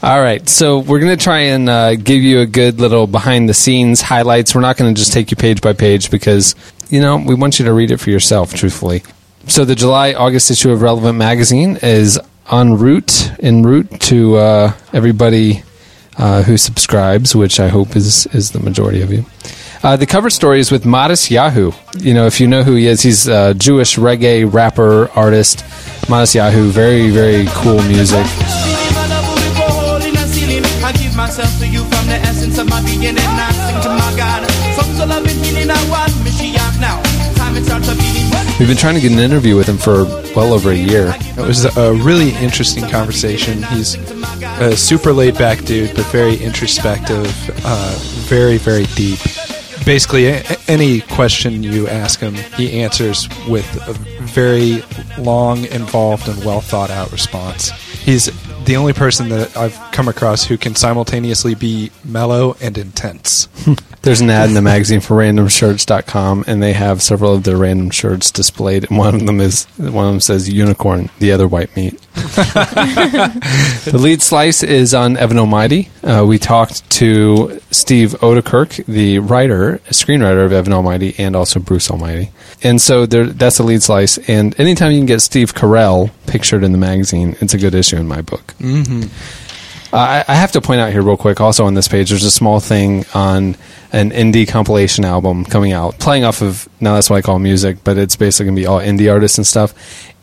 B: All right, so we're going to try and uh, give you a good little behind the scenes highlights. We're not going to just take you page by page because, you know, we want you to read it for yourself, truthfully. So the July August issue of Relevant Magazine is en route, en route to uh, everybody uh, who subscribes, which I hope is, is the majority of you. Uh, the cover story is with Modest Yahoo. You know, if you know who he is, he's a Jewish reggae rapper, artist. Modest Yahoo, very, very cool music.
G: Believe I love will be for holding and sealing. I give myself to you from the essence of my being and I sing to my God. Songs of love and healing I want. Mashiach now. Time it starts to beating.
B: We've been trying to get an interview with him for well over a year.
C: It was a really interesting conversation. He's a super laid back dude, but very introspective, uh, very, very deep. Basically, a- any question you ask him, he answers with a very long, involved, and well thought out response. He's the only person that I've come across who can simultaneously be mellow and intense.
B: There's an ad in the magazine for randomshirts.com, and they have several of their random shirts displayed. And one of them is one of them says unicorn, the other white meat. the lead slice is on Evan Almighty. Uh, we talked to Steve Odekirk, the writer, screenwriter of Evan Almighty, and also Bruce Almighty. And so there, that's the lead slice. And anytime you can get Steve Carell pictured in the magazine, it's a good issue in my book. I, I have to point out here real quick. Also on this page, there's a small thing on an indie compilation album coming out, playing off of now. That's what I call music, but it's basically gonna be all indie artists and stuff.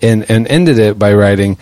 B: And and ended it by writing,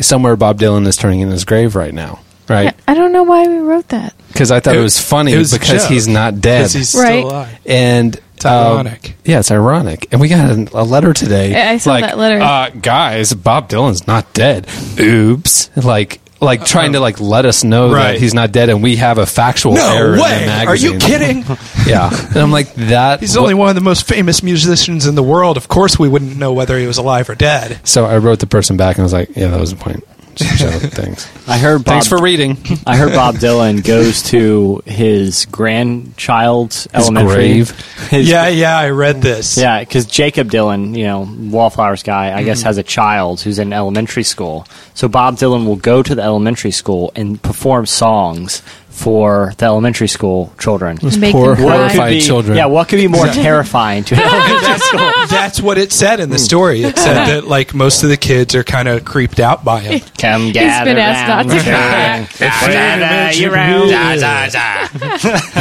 B: "Somewhere Bob Dylan is turning in his grave right now." Right?
D: I don't know why we wrote that.
B: Because I thought it, was funny
C: It was a
B: because
C: joke.
B: he's not dead.
C: 'Cause he's
D: Right.
C: still alive.
B: and um,
C: It's ironic.
B: yeah, it's ironic. And we got a, a letter today.
D: I- I saw
B: like,
D: that letter.
B: Uh, guys, Bob Dylan's not dead. Oops. Like, like trying to like let us know that
C: Right.
B: he's not dead, and we have a factual error in the
C: Are
B: magazine.
C: you kidding?
B: Yeah. And I'm like that.
C: He's only one of the most famous musicians in the world. Of course, we wouldn't know whether he was alive or dead.
B: So I wrote the person back, and I was like, yeah, that was the point. Just shut up. Thanks.
E: I heard Bob.
B: Thanks for reading.
E: I heard Bob Dylan goes to his grandchild's elementary.
B: grave?
E: His,
C: Yeah, yeah, I read this.
E: Yeah, because Jacob Dylan, you know, Wallflowers guy, I
B: Mm-hmm.
E: guess has a child who's in elementary school. So Bob Dylan will go to the elementary school and perform songs for the elementary school children.
D: Make
B: poor
D: them cry.
E: What could
B: horrified
E: be-
B: children.
E: Yeah, what could be more terrifying to an elementary school?
C: That's what it said in the story. It said that like most of the kids are kind of creeped out by him.
E: Come gather
D: been asked
E: round,
D: not to cry.
E: children, gather you round.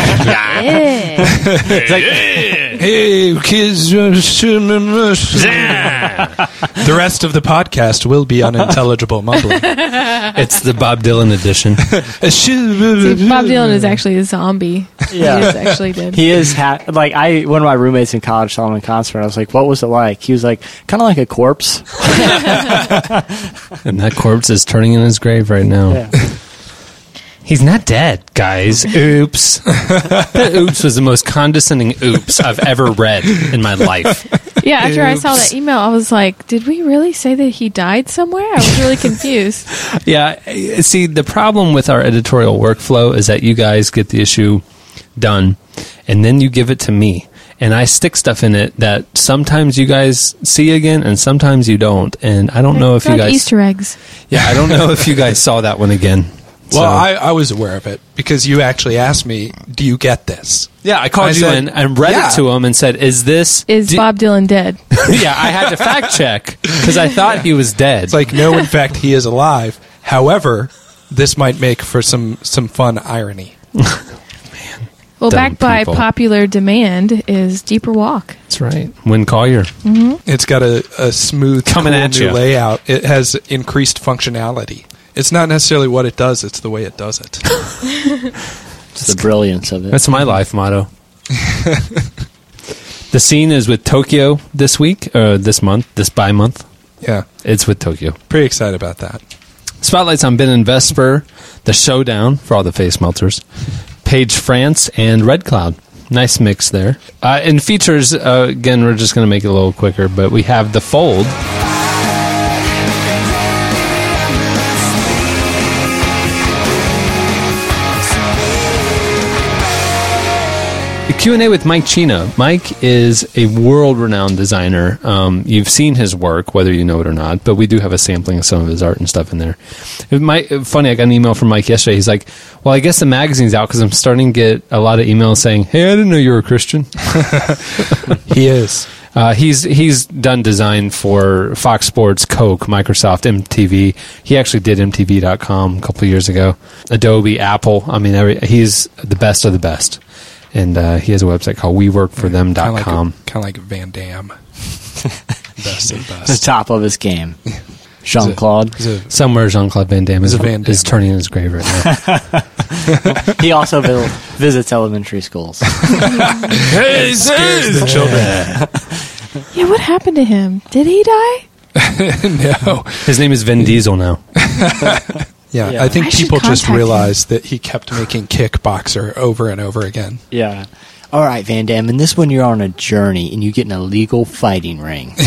D: Yeah.
C: Hey, kids! uh, the rest of the podcast will be unintelligible mumbling.
B: It's the Bob Dylan edition.
D: See, Bob Dylan is actually a zombie.
E: Yeah.
D: He is actually dead.
E: He is ha- like I. One of my roommates in college saw him in concert. I was like, "What was it like?" He was like, "Kind of like a corpse."
B: and that corpse is turning in his grave right now.
E: Yeah.
B: He's not dead, guys. Oops. that oops was the most condescending oops I've ever read in my life.
D: Yeah, after I saw that email, I was like, did we really say that he died somewhere? I was really confused.
B: Yeah. eh, See, the problem with our editorial workflow is that you guys get the issue done and then you give it to me. And I stick stuff in it that sometimes you guys see again and sometimes you don't. And I don't know if you
D: Like
B: guys.
D: Easter eggs.
B: Yeah, I don't know if you guys saw that one again.
C: Well,
B: So-
C: I, I was aware of it because you actually asked me, "Do you get this?"
B: yeah, I called
C: I
B: you
C: said-
B: in and read
C: Yeah.
B: it to him and said, "Is this
D: Is
B: do-
D: Bob Dylan dead?
B: yeah, I had to fact check because I thought he was dead.
C: It's like, no, in fact, he is alive. However, this might make for some some fun irony.
B: Dumb
D: Well, back by
B: people.
D: popular demand is Deeper Walk.
B: that's right. Win Collier.
C: It's got a, a smooth,
B: Coming
C: cool
B: at
C: new
B: ya.
C: layout. It has increased functionality. It's not necessarily what it does; it's the way it does it.
E: It's the brilliance of it.
B: That's my life motto. the scene is with Tokyo this week, uh, this month, this bi month.
C: Yeah,
B: It's with Tokyo.
C: pretty excited about that.
B: Spotlights on Ben and Vesper, The Showdown for all the face melters, Page France, and Red Cloud. Nice mix there. Uh, and features, uh, again, we're just going to make it a little quicker, but we have The Fold. The Q&A with Mike Chino. Mike is a world-renowned designer. Um, you've seen his work, whether you know it or not, but we do have a sampling of some of his art and stuff in there. It might, funny, I got an email from Mike yesterday. He's like, well, I guess the magazine's out because I'm starting to get a lot of emails saying, hey, I didn't know you were a Christian.
C: He is.
B: Uh, he's he's done design for Fox Sports, Coke, Microsoft, MTV. He actually did MTV.com a couple of years ago. Adobe, Apple. I mean, every, he's the best of the best. And uh, he has a website called WeWorkForThem.com.
C: Kind of like, kind of like Van Damme. best of
E: The
C: best.
E: top of his game. Jean Claude.
C: He's a-
B: Somewhere Jean Claude Van Damme is,
C: He's a Van Damme.
B: is turning in his grave right now.
E: He also vil- visits elementary schools.
C: scares the children.
D: Yeah, what happened to him? Did he die?
C: no.
B: his name is Vin Diesel now.
C: Yeah,
E: Yeah.
C: I think
D: I should
C: people just
D: contact him.
C: realized that he kept making kickboxer over and over again.
E: Yeah. All right, Van Damme. In this one, you're on a journey and you get in a legal fighting ring.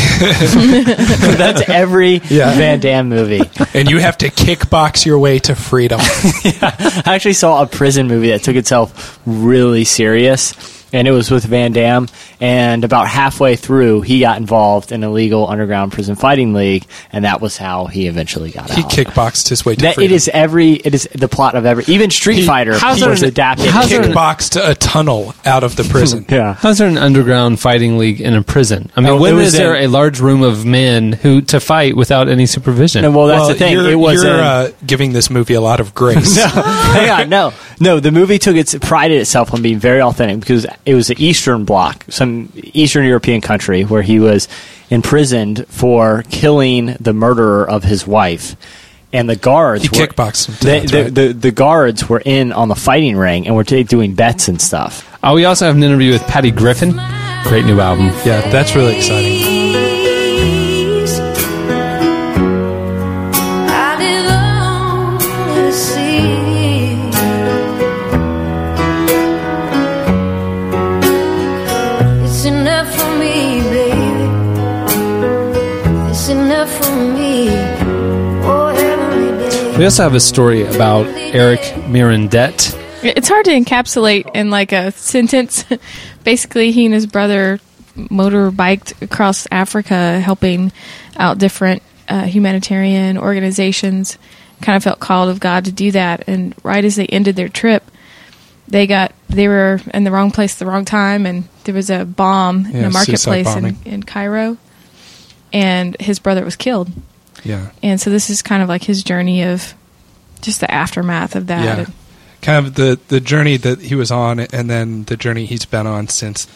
E: That's every
C: Yeah.
E: Van Damme movie.
C: And you have to kickbox your way to freedom.
E: I actually saw a prison movie that took itself really serious, and it was with Van Damme. And about halfway through, he got involved in a legal underground prison fighting league, and that was how he eventually got
C: he
E: out.
C: kickboxed his way to
E: that it
C: freedom.
E: is every it is the plot of every even Street
C: He-
E: Fighter
B: how's
E: he
B: there
E: was
B: an-
E: adapted.
B: how's
E: to-
B: there an-
C: Kickboxed a tunnel out of the prison.
E: yeah.
B: How's there an underground fighting league in a prison? I mean,
E: Oh, it
B: when
E: was
B: is there
E: in-
B: a large room of men who to fight without any supervision?
E: And well, that's the
C: Well,
E: thing.
C: You're,
E: it was
C: you're
E: in-
C: uh, giving this movie a lot of grace.
E: Hang on, no, no. The movie took its prided itself on being very authentic because it was the Eastern Bloc, some Eastern European country where he was imprisoned for killing the murderer of his wife, and the guards
C: He
E: were,
C: kickboxed him to
E: The,
C: death,
E: the,
C: right?
E: the- the guards were in on the fighting ring and were t- doing bets and stuff.
B: Uh, we also have an interview with Patty Griffin. Great new album.
C: yeah, that's really exciting.
H: It's enough for me, baby. It's enough for me. Oh, heavenly day.
B: We also have a story about Eric Mirandet.
D: It's hard to encapsulate in like a sentence. Basically, he and his brother motorbiked across Africa, helping out different uh, humanitarian organizations. Kind of felt called of God to do that. And right as they ended their trip, they got they were in the wrong place, at the wrong time, and there was a bomb in
C: Yeah,
D: a
C: suicide
D: marketplace in,
C: bombing.
D: in Cairo, and his brother was killed.
C: Yeah.
D: And so this is kind of like his journey of just the aftermath of that.
C: Yeah. Kind of the, the journey that he was on and then the journey he's been on since.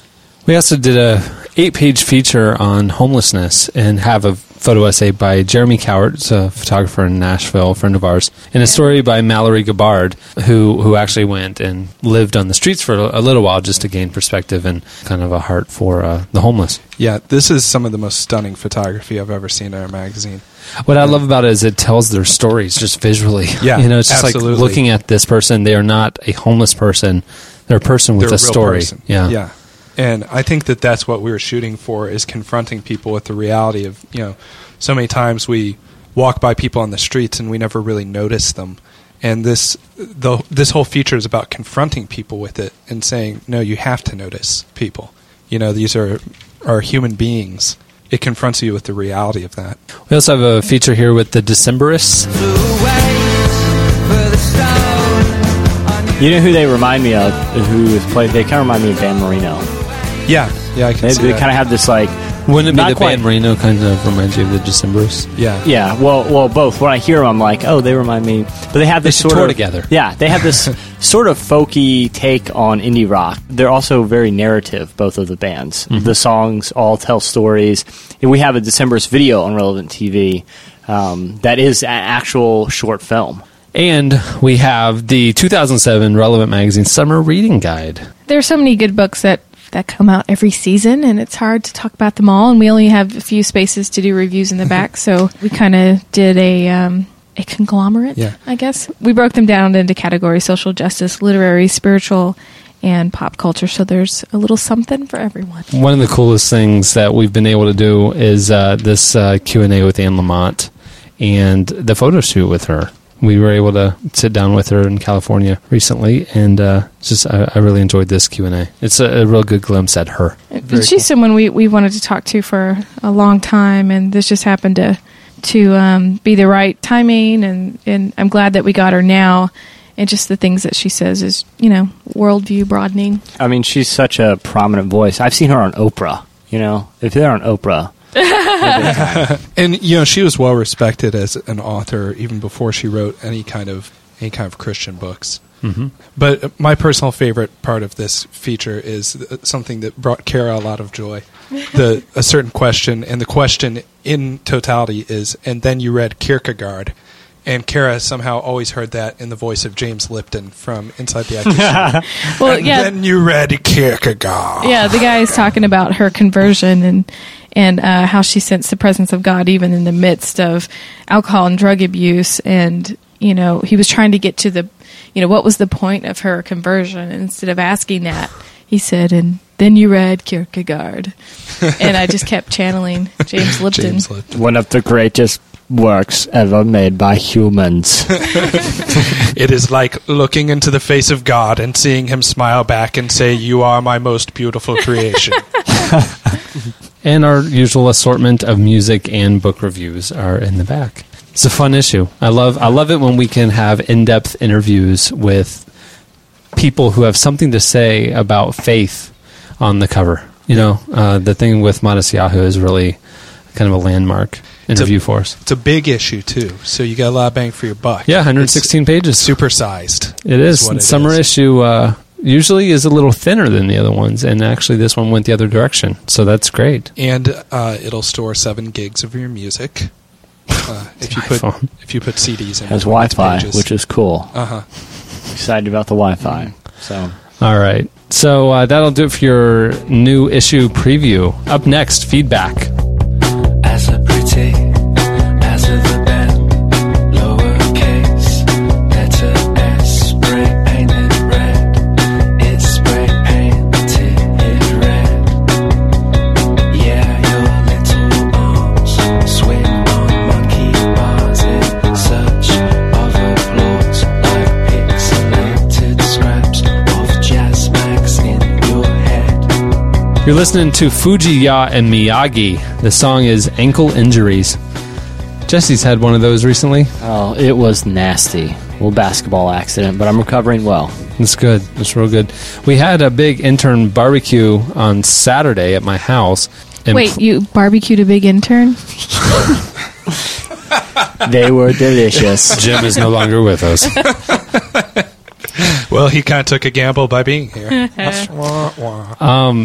B: We also did a eight-page feature on homelessness and have a photo essay by Jeremy Cowart, it's a photographer in Nashville, a friend of ours, and a story by Mallory Gabard, who who actually went and lived on the streets for a little while just to gain perspective and kind of a heart for uh, the homeless.
C: Yeah, this is some of the most stunning photography I've ever seen in a magazine.
B: What I love about it is it tells their stories just visually.
C: Yeah,
B: you know, it's just like
C: absolutely.
B: looking at this person. They are not a homeless person; they're a person with
C: They're
B: a,
C: real
B: story.
C: person. yeah. And I think that that's what we were shooting for is confronting people with the reality of you know, so many times we walk by people on the streets and we never really notice them. And this the this whole feature is about confronting people with it and saying no, you have to notice people. You know, these are are human beings. It confronts you with the reality of that.
B: We also have a feature here with the Decemberists.
E: You know who they remind me of? Who was played? They kind of remind me of Dan Marino.
C: Yeah, yeah, I can
E: They,
C: see
E: they
C: that.
E: kind of have this like
B: Wouldn't it be
E: Not
B: the
E: quite.
B: band Marino kind of reminds you of the Decemberists?
C: yeah,
E: Yeah, well, well, both. When I hear them, I'm like, oh, they remind me. But they have this
B: should
E: sort
B: tour
E: of
B: together.
E: Yeah, they have this sort of folky take on indie rock. They're also very narrative. Both of the bands,
B: Mm-hmm.
E: the songs all tell stories. And we have a December's video on Relevant TV um, that is an actual short film.
B: And we have the 2007 Relevant Magazine Summer Reading Guide.
D: there's so many good books that that come out every season and it's hard to talk about them all and we only have a few spaces to do reviews in the back so we kind of did a um, a conglomerate
C: Yeah.
D: i guess we broke them down into categories social justice literary spiritual and pop culture. So there's a little something for everyone.
B: One of the coolest things that we've been able to do is uh, this uh, Q and A with Anne Lamott and the photo shoot with her. We were able to sit down with her in California recently, and uh, it's just I, I really enjoyed this Q and A. It's a, a real good glimpse at her.
D: And she's someone we, we wanted to talk to for a long time, and this just happened to to um, be the right timing. And, and I'm glad that we got her now. And just the things that she says is, you know, worldview broadening.
E: I mean, she's such a prominent voice. I've seen her on Oprah. You know, if they're on Oprah,
C: And you know, she was well respected as an author even before she wrote any kind of any kind of Christian books. Mm-hmm. But my personal favorite part of this feature is uh, something that brought Kara a lot of joy. The a certain question, and the question in totality is, and then you read Kierkegaard, and Kara somehow always heard that in the voice of James Lipton from Inside the Actors.
D: Well,
C: and
D: yeah.
C: then you read Kierkegaard.
D: yeah, the guy is talking about her conversion and and uh, how she sensed the presence of God even in the midst of alcohol and drug abuse, and you know he was trying to get to the, you know, what was the point of her conversion? And instead of asking that, he said, and then you read Kierkegaard, and I just kept channeling James Lipton.
C: James Lipton.
E: one of the greatest works ever made by humans.
C: It is like looking into the face of God and seeing him smile back and say, You are my most beautiful creation.
B: And our usual assortment of music and book reviews are in the back. It's a fun issue. I love I love it when we can have in-depth interviews with people who have something to say about faith on the cover. You know, uh, the thing with Modest Yahoo is really kind of a landmark
C: a-
B: interview for us.
C: it's a big issue, too. So you got a lot of bang for your buck.
B: Yeah, 116 pages.
C: It's supersized.
B: It is.
C: what it
B: Summer
C: is.
B: issue uh, usually is a little thinner than the other ones, and actually this one went the other direction, so that's great.
C: And uh, it'll store seven gigs of your music. Uh, if you put
B: iPhone.
C: if you put CDs in
E: Has
C: between its
E: Wi-Fi,
C: pages.
E: which is cool.
C: Uh-huh.
E: Excited about the Wi-Fi.
B: Mm-hmm.
E: So
B: All right. So uh, that'll do it for your new issue preview. Up next, feedback.
F: As a pretty, as a the bed, lowercase, letter S, spray painted red. It's spray painted red. Yeah, your little arms swim on monkey bars in search of applause, like pixelated scraps of jazz mags in your head.
B: You're listening to Fujiya and Miyagi. The song is Ankle Injuries. Jesse's had one of those recently.
E: oh, it was nasty. Well, basketball accident, but I'm recovering well.
B: It's good. It's real good. We had a big intern barbecue on Saturday at my house. And
D: Wait, you barbecued a big intern?
E: They were delicious.
B: Jim is no longer with us.
C: Well, he kind of took a gamble by being here. Wah, wah.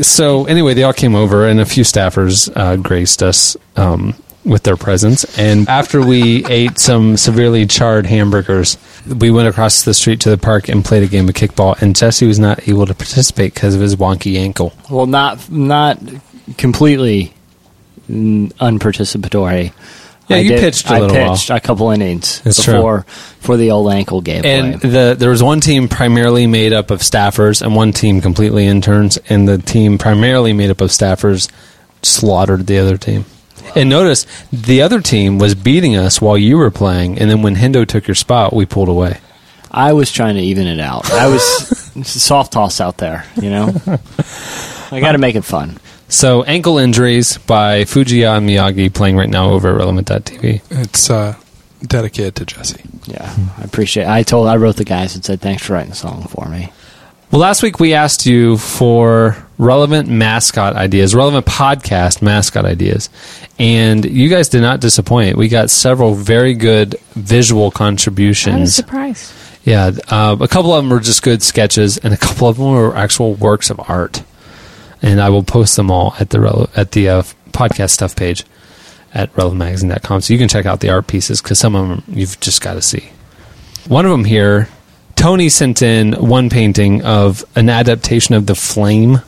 B: so anyway, they all came over, and a few staffers uh, graced us um, with their presence. And after we ate some severely charred hamburgers, we went across the street to the park and played a game of kickball. And Jesse was not able to participate because of his wonky ankle.
E: well, not not completely mm, unparticipatory.
B: Yeah,
E: I
B: you pitched a
E: I
B: little while.
E: pitched a couple innings
B: That's true.
E: before for the old ankle gave
B: And
E: away.
B: the there was one team primarily made up of staffers, and one team completely interns. And the team primarily made up of staffers slaughtered the other team. And notice the other team was beating us while you were playing, and then when Hendo took your spot, we pulled away.
E: I was trying to even it out. I was soft toss out there. You know, I got to make it fun.
B: So, Ankle Injuries by Fujiya and Miyagi playing right now over at relevant.tv.
C: It's uh, dedicated to Jesse.
E: Yeah, I appreciate. I told I wrote the guys and said thanks for writing the song for me.
B: Well, last week we asked you for relevant mascot ideas, relevant podcast mascot ideas. And you guys did not disappoint. We got several very good visual
D: I was
B: contributions.
D: surprised.
B: Yeah, uh, a couple of them were just good sketches, and a couple of them were actual works of art. And I will post them all at the rele- at the uh, podcast stuff page at relevantmagazine.com. So you can check out the art pieces because some of them you've just got to see. One of them here, Tony sent in one painting of an adaptation of The Flame,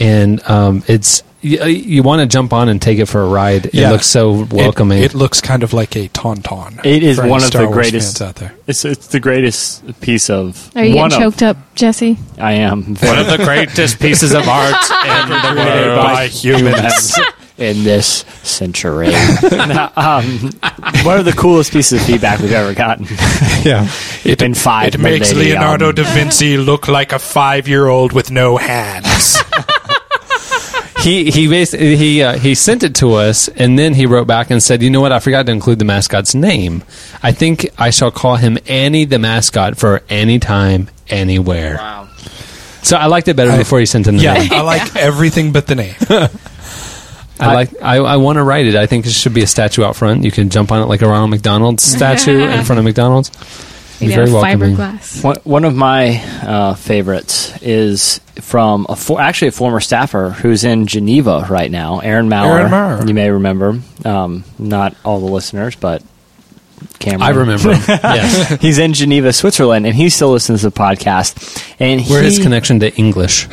B: and um, it's you, you want to jump on and take it for a ride. It looks so
C: It-
B: welcoming.
C: It, looks kind of like a tauntaun.
E: It is
C: for any
E: one of
C: Star
E: the
C: Wars
E: greatest
C: fans out there.
E: It's it's the greatest piece of.
D: Are Oh, you
E: one
D: getting
E: of,
D: choked up, Jesse?
E: I am.
I: One of the greatest pieces of art in the world.
E: by humans in this century. Now, um, one of the coolest pieces of feedback we've ever gotten.
C: Yeah,
E: It's been five.
C: it makes
E: millennia. Um,
C: Leonardo da Vinci look like a five-year-old with no hands.
B: he he basically he uh, he sent it to us, and then he wrote back and said, "You know what? I forgot to include the mascot's name. I think I shall call him Annie the mascot for any time, anywhere." Wow. So I liked it better
C: I-
B: before he sent in the
C: yeah,
B: name.
C: I like everything but the name.
B: I like. I, I want to write it. I think it should be a statue out front. You can jump on it like a Ronald McDonald statue in front of McDonald's. It'd
D: You
B: be
D: got
B: very
D: a
B: welcoming.
D: fiberglass.
E: One, one of my uh, favorites is from a for, actually a former staffer who's in Geneva right now, Aaron Maurer.
C: Aaron Maurer.
E: You may remember, um, not all the listeners, but Cameron.
B: I remember. him. yes.
E: He's in Geneva, Switzerland, and he still listens to the podcast. And
B: Where
E: he,
B: his connection to English?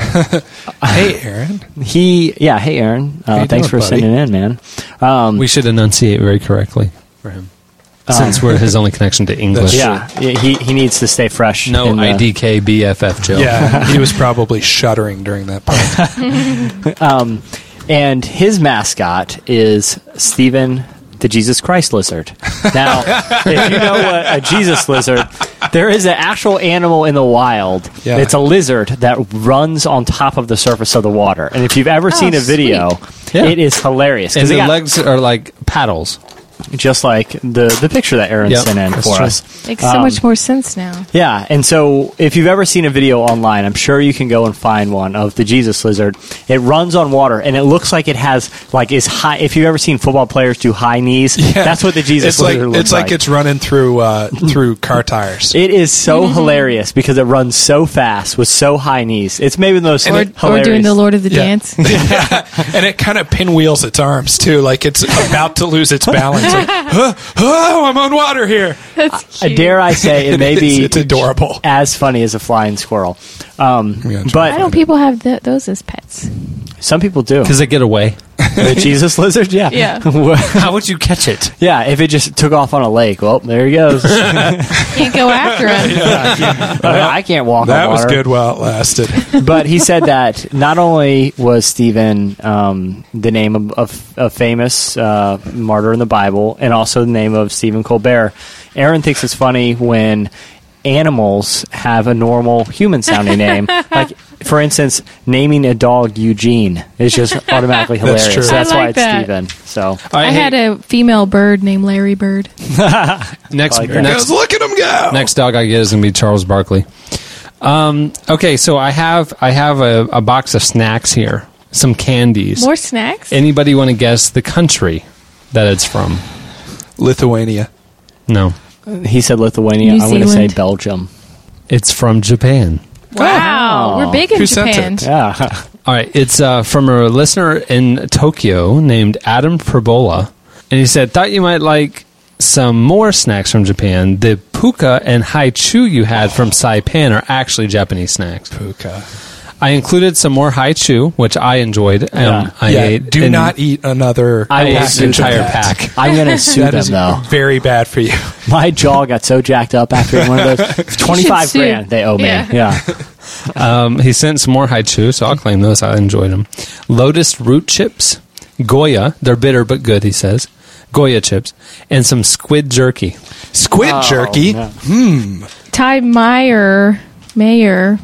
C: hey, Aaron.
E: He, yeah, hey Aaron,
C: How
E: uh,
C: you
E: thanks for
C: doing, buddy?
E: sending in, man. Um,
B: We should enunciate very correctly for him, since we're his only connection to English.
E: Yeah, yeah, he he needs to stay fresh.
B: No
E: in the-
B: IDK BFF Joe.
C: Yeah, he was probably shuddering during that part.
E: And his mascot is Stephen the Jesus Christ lizard. Now, if you know what a Jesus lizard, there is an actual animal in the wild.
C: Yeah.
E: It's a lizard that runs on top of the surface of the water. And if you've ever seen a video,
B: Yeah.
E: it is hilarious. 'cause
B: And
E: they
B: the
E: got-
B: legs are like paddles.
E: just like the, the picture that Aaron
B: Yep,
E: sent in
B: that's
E: for
B: true.
E: us.
D: Makes so much more sense now.
E: Yeah, and so if you've ever seen a video online, I'm sure you can go and find one of the Jesus lizard. It runs on water, and it looks like it has like is high. If you've ever seen football players do high knees, that's what the Jesus
C: It's like
E: lizard looks
C: it's like it's running through uh, through car tires.
E: It is so
D: Mm-hmm.
E: hilarious because it runs so fast with so high knees. It's maybe the most
C: And
D: Or,
C: it-
E: hilarious.
D: or doing the Lord of the
C: Yeah.
D: Dance.
C: and it kind of pinwheels its arms too, like it's about to lose its balance. Like, "Huh, oh, I'm on water here.
D: That's
E: I
D: cute.
E: Uh, dare I say it may
C: It's-
E: be
C: it's adorable.
E: as funny as a flying squirrel. Um,
C: Yeah, it's
D: Why
E: but
D: don't people have th- those as pets?
E: some people do.
B: Does it get away?
E: The Jesus lizard, yeah,
D: Yeah.
B: How would you catch it?
E: yeah. If it just took off on a lake, well, there he goes.
D: Can't go after them.
E: I can't walk.
C: That
E: on
C: was
E: water.
C: good while it lasted.
E: but he said that not only was Stephen um, the name of, of a famous uh, martyr in the Bible, and also the name of Stephen Colbert. Aaron thinks it's funny when animals have a normal human-sounding name. like, for instance, naming a dog Eugene is just automatically
C: That's
E: hilarious.
C: true.
E: So that's
D: I
E: why
D: like
E: it's
D: that.
E: Stephen. So
D: I had a female bird named Larry Bird.
B: next
E: like that.
B: next
C: Because look at him go.
B: next dog I get is gonna be Charles Barkley. Um, okay, so I have I have a, a box of snacks here, some candies.
D: More snacks?
B: Anybody want to guess the country that it's from?
C: Lithuania.
B: No,
E: he said Lithuania.
D: New
E: I'm going to say
D: Zealand.
E: Belgium.
B: it's from Japan.
D: wow. We're big in
C: Who sent
D: Japan.
C: it?
E: Yeah.
B: All right, it's uh, from a listener in Tokyo named Adam Probola, and he said, "Thought you might like some more snacks from Japan. The puka and haichu you had from Saipan are actually Japanese snacks.
C: Puka.
B: I included some more haichu, which I enjoyed. Um, I
C: Yeah,
B: ate
C: do
B: and
C: not eat another.
E: I
B: I ate
E: package
B: an entire
C: of that.
B: pack.
E: I'm going to sue
C: That
E: them
C: is
E: though.
C: very bad for you.
E: My jaw got so jacked up after one of those. Twenty five
D: sue.
E: grand they owe me.
D: Yeah.
E: Yeah.
B: Um, he sent some more haichu, so I'll claim those. I enjoyed them. Lotus root chips, goya. They're bitter but good. He says. Goya chips and some squid jerky.
E: Oh,
C: Squid jerky.
E: no.
D: Ty Meyer, Mayer,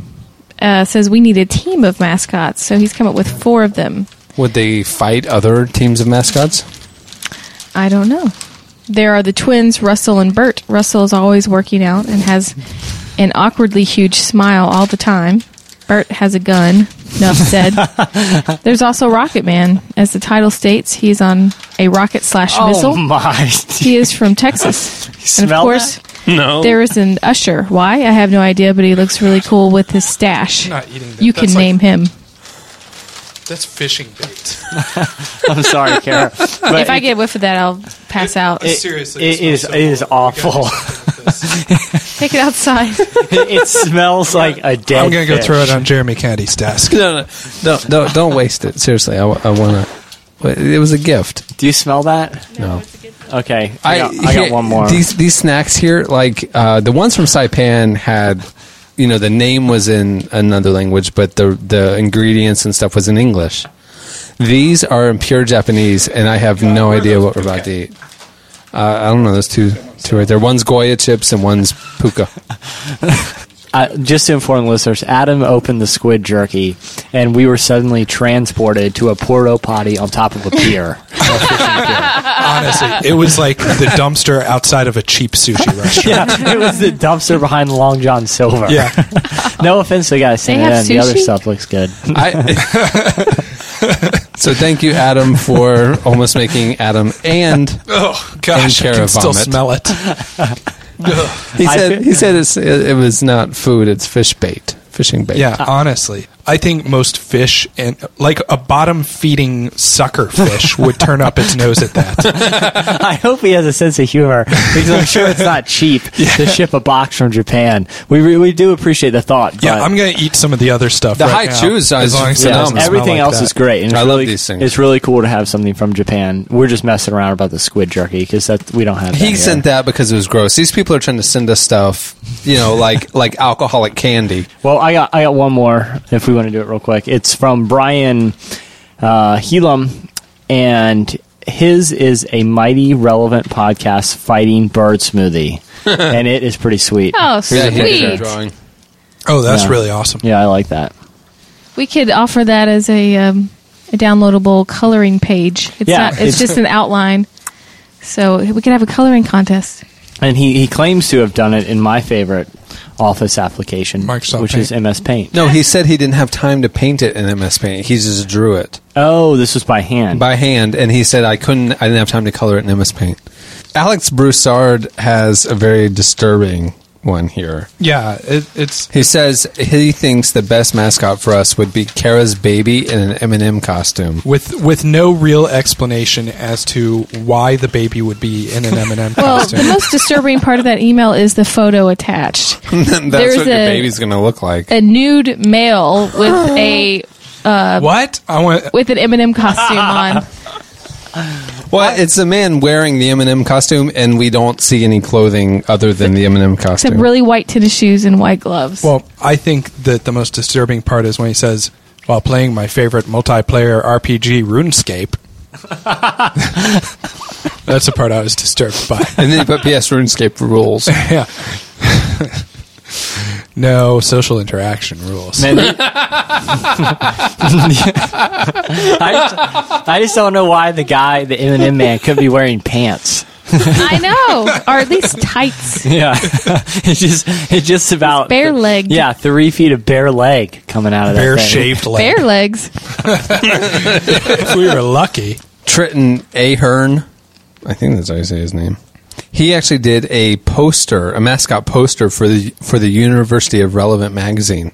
D: uh, says we need a team of mascots, so he's come up with four of them.
B: Would they fight other teams of mascots?
D: I don't know. There are the twins, Russell and Bert. Russell is always working out and has an awkwardly huge smile all the time. Bert has a gun. Enough said. There's also Rocket Man. As the title states, he's on a rocket slash missile.
E: Oh my!
D: He is from Texas. and of
E: smell
D: course,
B: No.
D: there is an usher. Why? I have no idea, but he looks really cool with his stash.
C: Not eating that.
D: You can
C: That's like-
D: name him.
C: That's fishing bait.
E: I'm sorry, Kara. But
D: If I get whiff of that, I'll pass out.
E: it-
C: Seriously,
E: it
C: smells
E: is
C: so
E: it is
C: horrible.
E: awful.
D: Take it outside.
E: it smells like a dead.
C: I'm gonna go
E: fish.
C: throw it on Jeremy Caddy's desk.
B: no, no, no, no, don't waste it. Seriously, I, want to. It was a gift.
E: Do you smell that?
B: No,
E: Okay, I, got, I got one more.
B: These these snacks here, like uh, the ones from Saipan, had you know the name was in another language, but the the ingredients and stuff was in English. These are in pure Japanese, and I have no idea what we're about to eat. Uh, I don't know. There's two two right there. One's Goya chips and one's puka.
E: uh, just to inform listeners, Adam opened the squid jerky, and we were suddenly transported to a porta potty on top of a pier.
C: Honestly, it was like the dumpster outside of a cheap sushi restaurant.
E: yeah, it was the dumpster behind Long John Silver.
C: Yeah,
E: No offense to the guy sitting
D: have
E: in. The other
D: sushi?
E: stuff looks good.
B: I, so thank you, Adam, for almost making Adam and
C: Oh gosh,
B: And
C: I
B: Cara
C: can still
B: vomit.
C: smell it.
B: he
E: I
B: said
E: feel-
B: he said it's, it, it was not food; it's fish bait, fishing bait.
C: Yeah, honestly, I think most fish and like a bottom feeding sucker fish would turn up its nose at that.
E: I hope he has a sense of humor because I'm sure it's not cheap to ship a box from Japan. We re- we do appreciate the thought.
C: Yeah,
E: but-
C: I'm gonna eat some of the other stuff.
B: The
C: right
B: high
C: now,
B: chews
C: as
B: is
C: long as it doesn't
E: yeah,
B: phenomenal.
C: smell
E: everything
C: like
E: else
C: that.
E: is great. And it's
B: I love
E: really-
B: these things.
E: It's really cool to have something from Japan. We're just messing around about the squid jerky because that we don't have. That
B: He
E: here.
B: sent that because it was gross. These people are trying to send us stuff, you know, like like alcoholic candy.
E: Well, I got I got one more if we want to do it real quick. It's from Brian uh, Helam, and his is a mighty relevant podcast fighting bird smoothie, and it is pretty sweet.
D: Oh,
B: Yeah, he did that
D: sweet.
B: drawing.
C: Oh, that's
E: Yeah.
C: really awesome.
E: Yeah, I like that.
D: We could offer that as a um, a downloadable coloring page. It's
E: Yeah,
D: not, it's,
E: it's-
D: just an outline. So we could have a coloring contest.
E: And he, he claims to have done it in my favorite office application,
C: Microsoft
E: which is
C: Paint.
E: MS Paint.
B: No, he said he didn't have time to paint it in MS Paint. He just drew it
E: Oh, this was by hand.
B: by hand, and he said I couldn't. I didn't have time to color it in MS Paint. Alex Broussard has a very disturbing one here.
C: Yeah, it, it's
B: He says he thinks the best mascot for us would be Kara's baby in an M&M costume.
C: with with no real explanation as to why the baby would be in an M and m
D: Well, the
C: costume.
D: most disturbing part of that email is the photo attached.
B: That's
D: There's
B: what your
D: a-
B: baby's going to look like.
D: A nude male with a
C: what I want?
D: with an Eminem costume on.
B: Well, it's a man wearing the M&M costume, and we don't see any clothing other than the M&M
D: Except
B: costume.
D: really white tennis shoes and white gloves.
C: Well, I think that the most disturbing part is when he says, "While playing my favorite multiplayer RPG, RuneScape." That's the part I was disturbed by.
B: and then he put PS RuneScape rules.
C: yeah. no social interaction rules.
E: Man, they- I, just, I just don't know why the guy, the M&M man, could be wearing pants.
D: I know, or at least tights,
E: Yeah, it's just it's just about
D: bare legged,
E: Yeah, three feet of bare leg coming out of that
C: Bare
E: thing.
C: shaved leg.
D: bare legs.
C: If we were lucky.
B: Triton Ahern, I think that's how you say his name. He actually did a poster, a mascot poster for the for the University of Relevant magazine,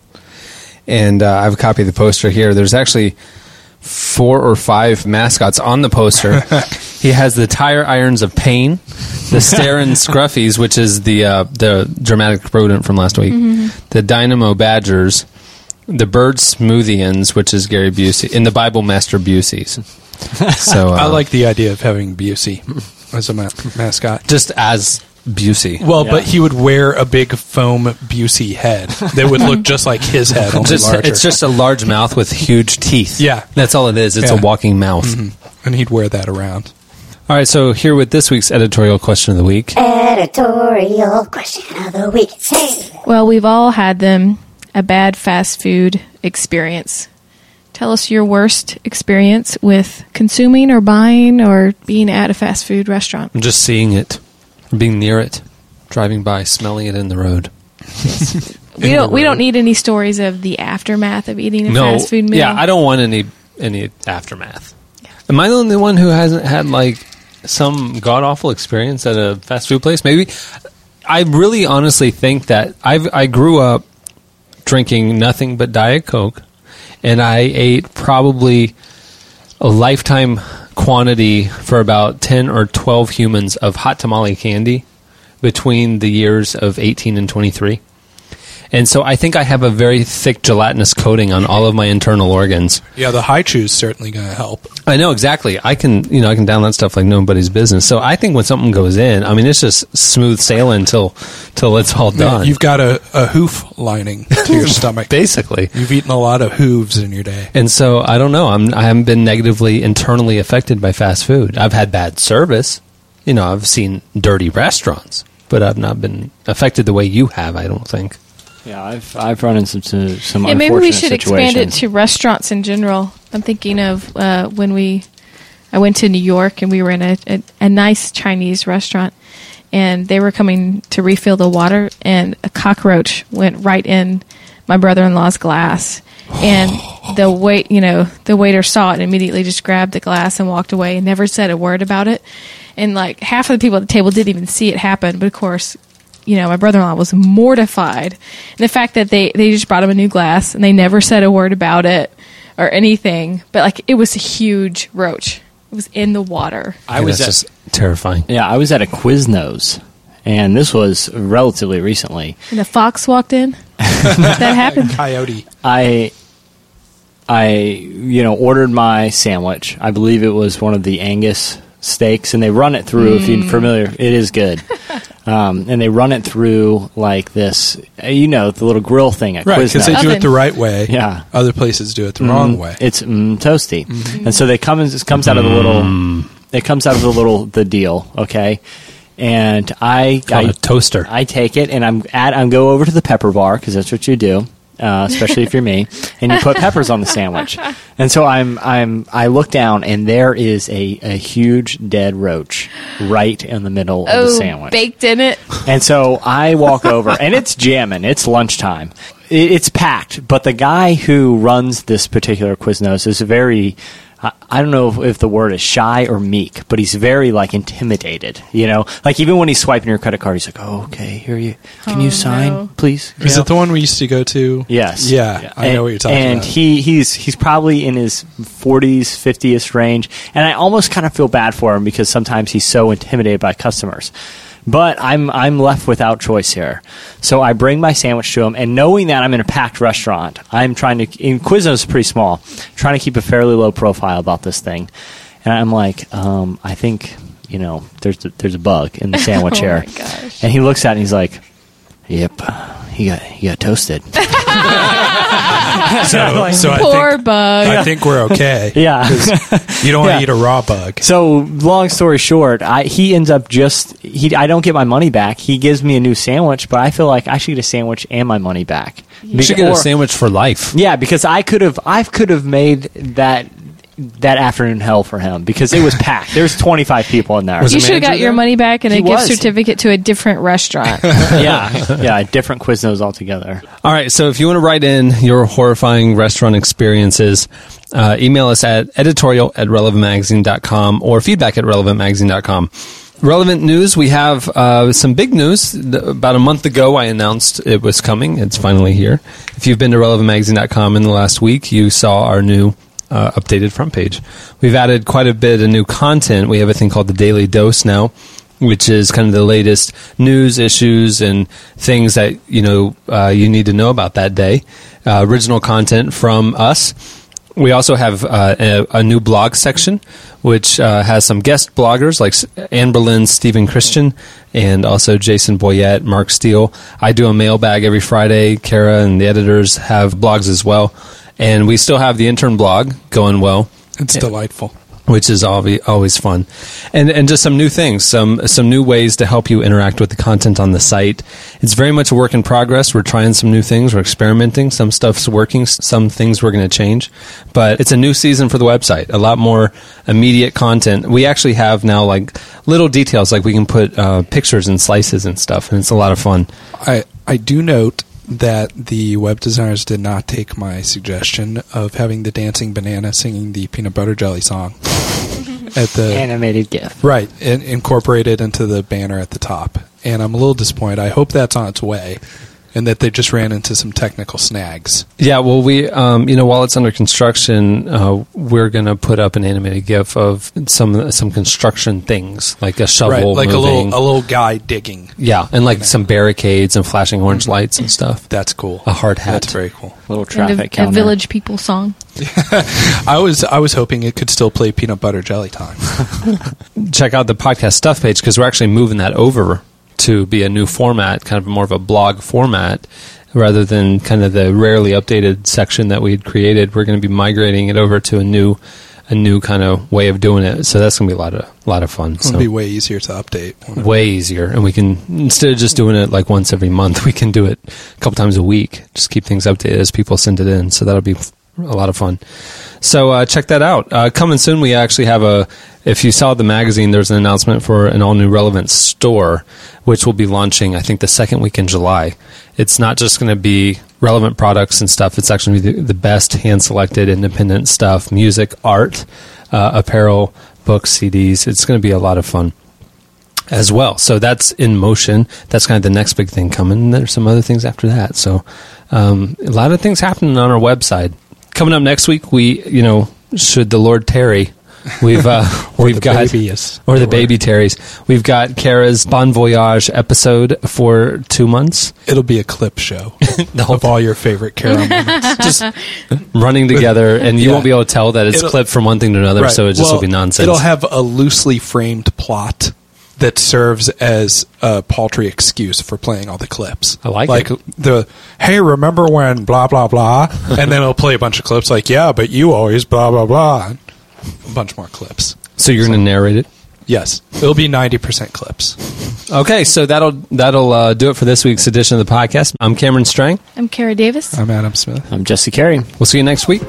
B: and uh, I have a copy of the poster here. There's actually four or five mascots on the poster. he has the Tire Irons of Pain, the Starin Scruffies, which is the uh, the dramatic rodent from last week, the Dynamo Badgers, the Bird Smoothians, which is Gary Busey, and the Bible Master Buseys. So uh,
C: I like the idea of having Busey as a ma- mascot.
B: just as Busey.
C: Well, but
E: Yeah.
C: he would wear a big foam Busey head that would look just like his head, only
B: Just-
C: larger.
B: it's just a large mouth with huge teeth.
C: Yeah.
B: that's all it is. It's
C: Yeah. Mm-hmm.
B: a walking mouth.
C: and he'd wear that around.
B: All right, so here with this week's editorial question of the week.
J: Editorial question of the week. Say,
D: Well, we've all had them. A bad fast food experience. Tell us your worst experience with consuming or buying or being at a fast food restaurant.
B: Just seeing it, being near it, driving by, smelling it in the road.
D: We don't. We don't need any stories of the aftermath of eating a
B: no,
D: fast food meal.
B: yeah, I don't want any any aftermath. Am I the only one who hasn't had like some god awful experience at a fast food place? Maybe I really honestly think that I've I grew up drinking nothing but diet coke, and I ate probably a lifetime quantity for about ten or twelve humans of hot tamale candy. between the years of 18 and 23. And so I think I have a very thick gelatinous coating on all of my internal organs.
C: Yeah, the high chew is certainly going to help.
B: I know exactly. I can, you know, I can down that stuff like nobody's business. So I think when something goes in, I mean, it's just smooth sailing till till it's all
C: Yeah,
B: done.
C: You've got a, a hoof lining to your stomach.
B: Basically,
C: You've eaten a lot of hooves in your day.
B: And so I don't know. I'm I haven't been negatively internally affected by fast food. I've had bad service. You know, I've seen dirty restaurants, but I've not been affected the way you have. I don't think.
E: Yeah, I've I've run into some some
D: Yeah,
E: unfortunate
D: maybe we should
E: situations.
D: expand it to restaurants in general. I'm thinking of uh, when we, I went to New York and we were in a, a, a nice Chinese restaurant, and they were coming to refill the water, and a cockroach went right in my brother-in-law's glass, and the wait, you know, the waiter saw it and immediately just grabbed the glass and walked away and never said a word about it, and like half of the people at the table didn't even see it happen, but of course you know, my brother in law was mortified. And the fact that they, they just brought him a new glass and they never said a word about it or anything, but like it was a huge roach. It was in the water.
E: I was
B: that's
E: at-
B: just terrifying.
E: Yeah, I was at a Quiznos, and this was relatively recently.
D: And the fox walked in. that happened.
C: Coyote.
E: I I you know ordered my sandwich. I believe it was one of the Angus steaks, and they run it through. If you're familiar, it is good. um, and they run it through like this, uh, you know, the little grill thing at
C: Right, because
E: Quiznos.
C: they do it
D: Oven.
C: the right way.
E: Yeah. Mm-hmm.
C: Other places do it the wrong way.
E: It's mm, toasty, and so they come and it comes out of the little. It comes out of the little the deal, okay. And I,
B: Called
E: I
B: a toaster.
E: I take it and I'm at I'm go over to the pepper bar because that's what you do, uh, especially if you're me, and you put peppers on the sandwich. And so I'm I'm I look down and there is a, a huge dead roach right in the middle of the
D: Oh,
E: sandwich.
D: baked in it.
E: And so I walk over, and it's jamming. It's lunchtime. It, it's packed. But the guy who runs this particular Quiznos is very. I- I don't know if, if the word is shy or meek, but he's very like intimidated. You know, like even when he's swiping your credit card, he's like, "Oh, okay, here you can
D: Oh,
E: you sign,
D: no.
E: please." You
C: Is
E: know?
C: it the one we used to go to?
E: Yes.
C: Yeah, I
E: And-
C: know what you're talking
E: and
C: about.
E: he he's he's probably in his 40s, 50s range, and I almost kind of feel bad for him because sometimes he's so intimidated by customers. But I'm I'm left without choice here. So I bring my sandwich to him, and knowing that I'm in a packed restaurant, I'm trying to. In Quiznos is pretty small, trying to keep a fairly low profile about this thing, and I'm like, um, I think you know, there's a, there's a bug in the sandwich
D: Oh
E: here,
D: my gosh.
E: and he looks at it and he's like, Yep, he got he got toasted.
C: so, so I,
D: Poor
C: think,
D: bug.
C: I think we're okay.
E: Yeah.
C: You don't want to
E: Yeah.
C: eat a raw bug.
E: so long story short, I he ends up just he I don't get my money back. He gives me a new sandwich, but I feel like I should get a sandwich and my money back.
B: You should get
E: Or-
B: a sandwich for life.
E: Yeah, because I could have I could have made that that afternoon hell for him because it was packed. There's 25 people in there.
D: You should have got your money back and
E: He
D: a gift
E: was.
D: certificate to a different restaurant.
E: yeah, yeah, different Quiznos altogether.
B: All right. So if you want to write in your horrifying restaurant experiences, uh, email us at editorial at relevantmagazine.com or feedback at relevantmagazine.com. Relevant news. We have uh, some big news. The- About a month ago, I announced it was coming. It's finally here. If you've been to relevantmagazine.com in the last week, you saw our new uh, updated front page. We've added quite a bit of new content. We have a thing called the Daily Dose now, which is kind of the latest news issues and things that you know uh, you need to know about that day. Uh, original content from us. We also have uh, a, a new blog section, which uh, has some guest bloggers like S- Anne Berlin, Stephen Christian, and also Jason Boyette, Mark Steele. I do a mailbag every Friday. Kara and the editors have blogs as well. And we still have the intern blog going well
C: It's delightful.
B: which is always always fun, and and just some new things, some some new ways to help you interact with the content on the site. It's very much a work in progress. We're trying some new things. We're experimenting. Some stuff's working. s- Some things we're going to change, but it's a new season for the website. A lot more immediate content. We actually have now like little details, like we can put uh, pictures and slices and stuff, and it's a lot of fun.
C: I, I do note that the web designers did not take my suggestion of having the dancing banana singing the peanut butter jelly song at the
E: Animated GIF.
C: right in, incorporated into the banner at the top. And I'm a little disappointed. I hope that's on its way. and that they just ran into some technical snags.
B: Yeah, well, we, um, you know, while it's under construction, uh, we're gonna put up an animated GIF of some some construction things, like a shovel,
C: right, like a little
B: moving.
C: a little guy digging.
B: yeah, and like some barricades and flashing orange lights and stuff.
C: That's cool.
B: A hard hat.
C: That's very cool.
E: Little
D: And
E: traffic
D: a, a
E: counter.
D: village people song.
C: I was I was hoping it could still play peanut butter jelly time.
B: Check out the podcast stuff page because we're actually moving that over to be a new format, kind of more of a blog format, rather than kind of the rarely updated section that we had created. We're going to be migrating it over to a new, a new kind of way of doing it. So that's going to be a lot of lot of fun.
C: It'll
B: so.
C: be way easier to update.
B: way easier and we can instead of just doing it like once every month we can do it a couple times a week just keep things updated as people send it in so that'll be f- a lot of fun so uh, check that out uh, coming soon we actually have a if you saw the magazine there's an announcement for an all new relevant store which will be launching i think the second week in july it's not just going to be relevant products and stuff it's actually gonna be the, the best hand selected independent stuff music art uh, apparel books cds it's going to be a lot of fun as well. So that's in motion. That's kind of the next big thing coming. And there's some other things after that. So um, a lot of things happening on our website. Coming up next week, we you know should the Lord tarry, we've uh, we've
C: the
B: got
C: baby is-
B: or the baby tarries. We've got Kara's Bon Voyage episode for two months.
C: It'll be a clip show of all your favorite Carol moments.
B: Just running together, and you
C: Yeah.
B: won't be able to tell that it's
C: It'll-
B: clipped from one thing to another.
C: Right.
B: So it just
C: Well,
B: will be nonsense.
C: It'll have a loosely framed plot that serves as a paltry excuse for playing all the clips.
B: I like
C: like
B: it.
C: the hey, remember when blah blah blah, and then it'll play a bunch of clips like yeah, but you always blah blah blah, and a bunch more clips.
B: so you're going to narrate it.
C: Yes, it'll be ninety percent clips.
B: Okay, so that'll that'll uh, do it for this week's edition of the podcast. I'm Cameron Strang.
D: I'm Kara Davis.
C: I'm Adam Smith.
E: I'm Jesse Carey.
B: We'll see you next week.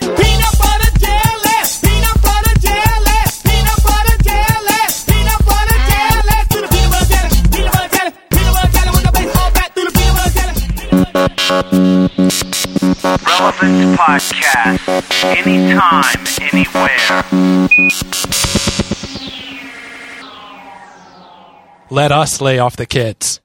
A: Peanut butter jelly, peanut butter jelly, peanut butter jelly, peanut butter jelly. Do the peanut butter jelly, peanut butter jelly, peanut butter jelly with a baseball bat. Do the peanut butter jelly, peanut butter jelly, peanut butter jelly with a football catch. Now way at, way at, way at, way at. Now there you go, there you go, there you go, there you go. Peanut butter jelly, peanut butter jelly, peanut butter jelly, peanut butter jelly. Do the peanut butter jelly, peanut butter jelly, peanut butter jelly with a baseball bat. Do the peanut butter jelly.
K: Relevance Podcast. Anytime, anywhere.
C: Let us lay off the kids.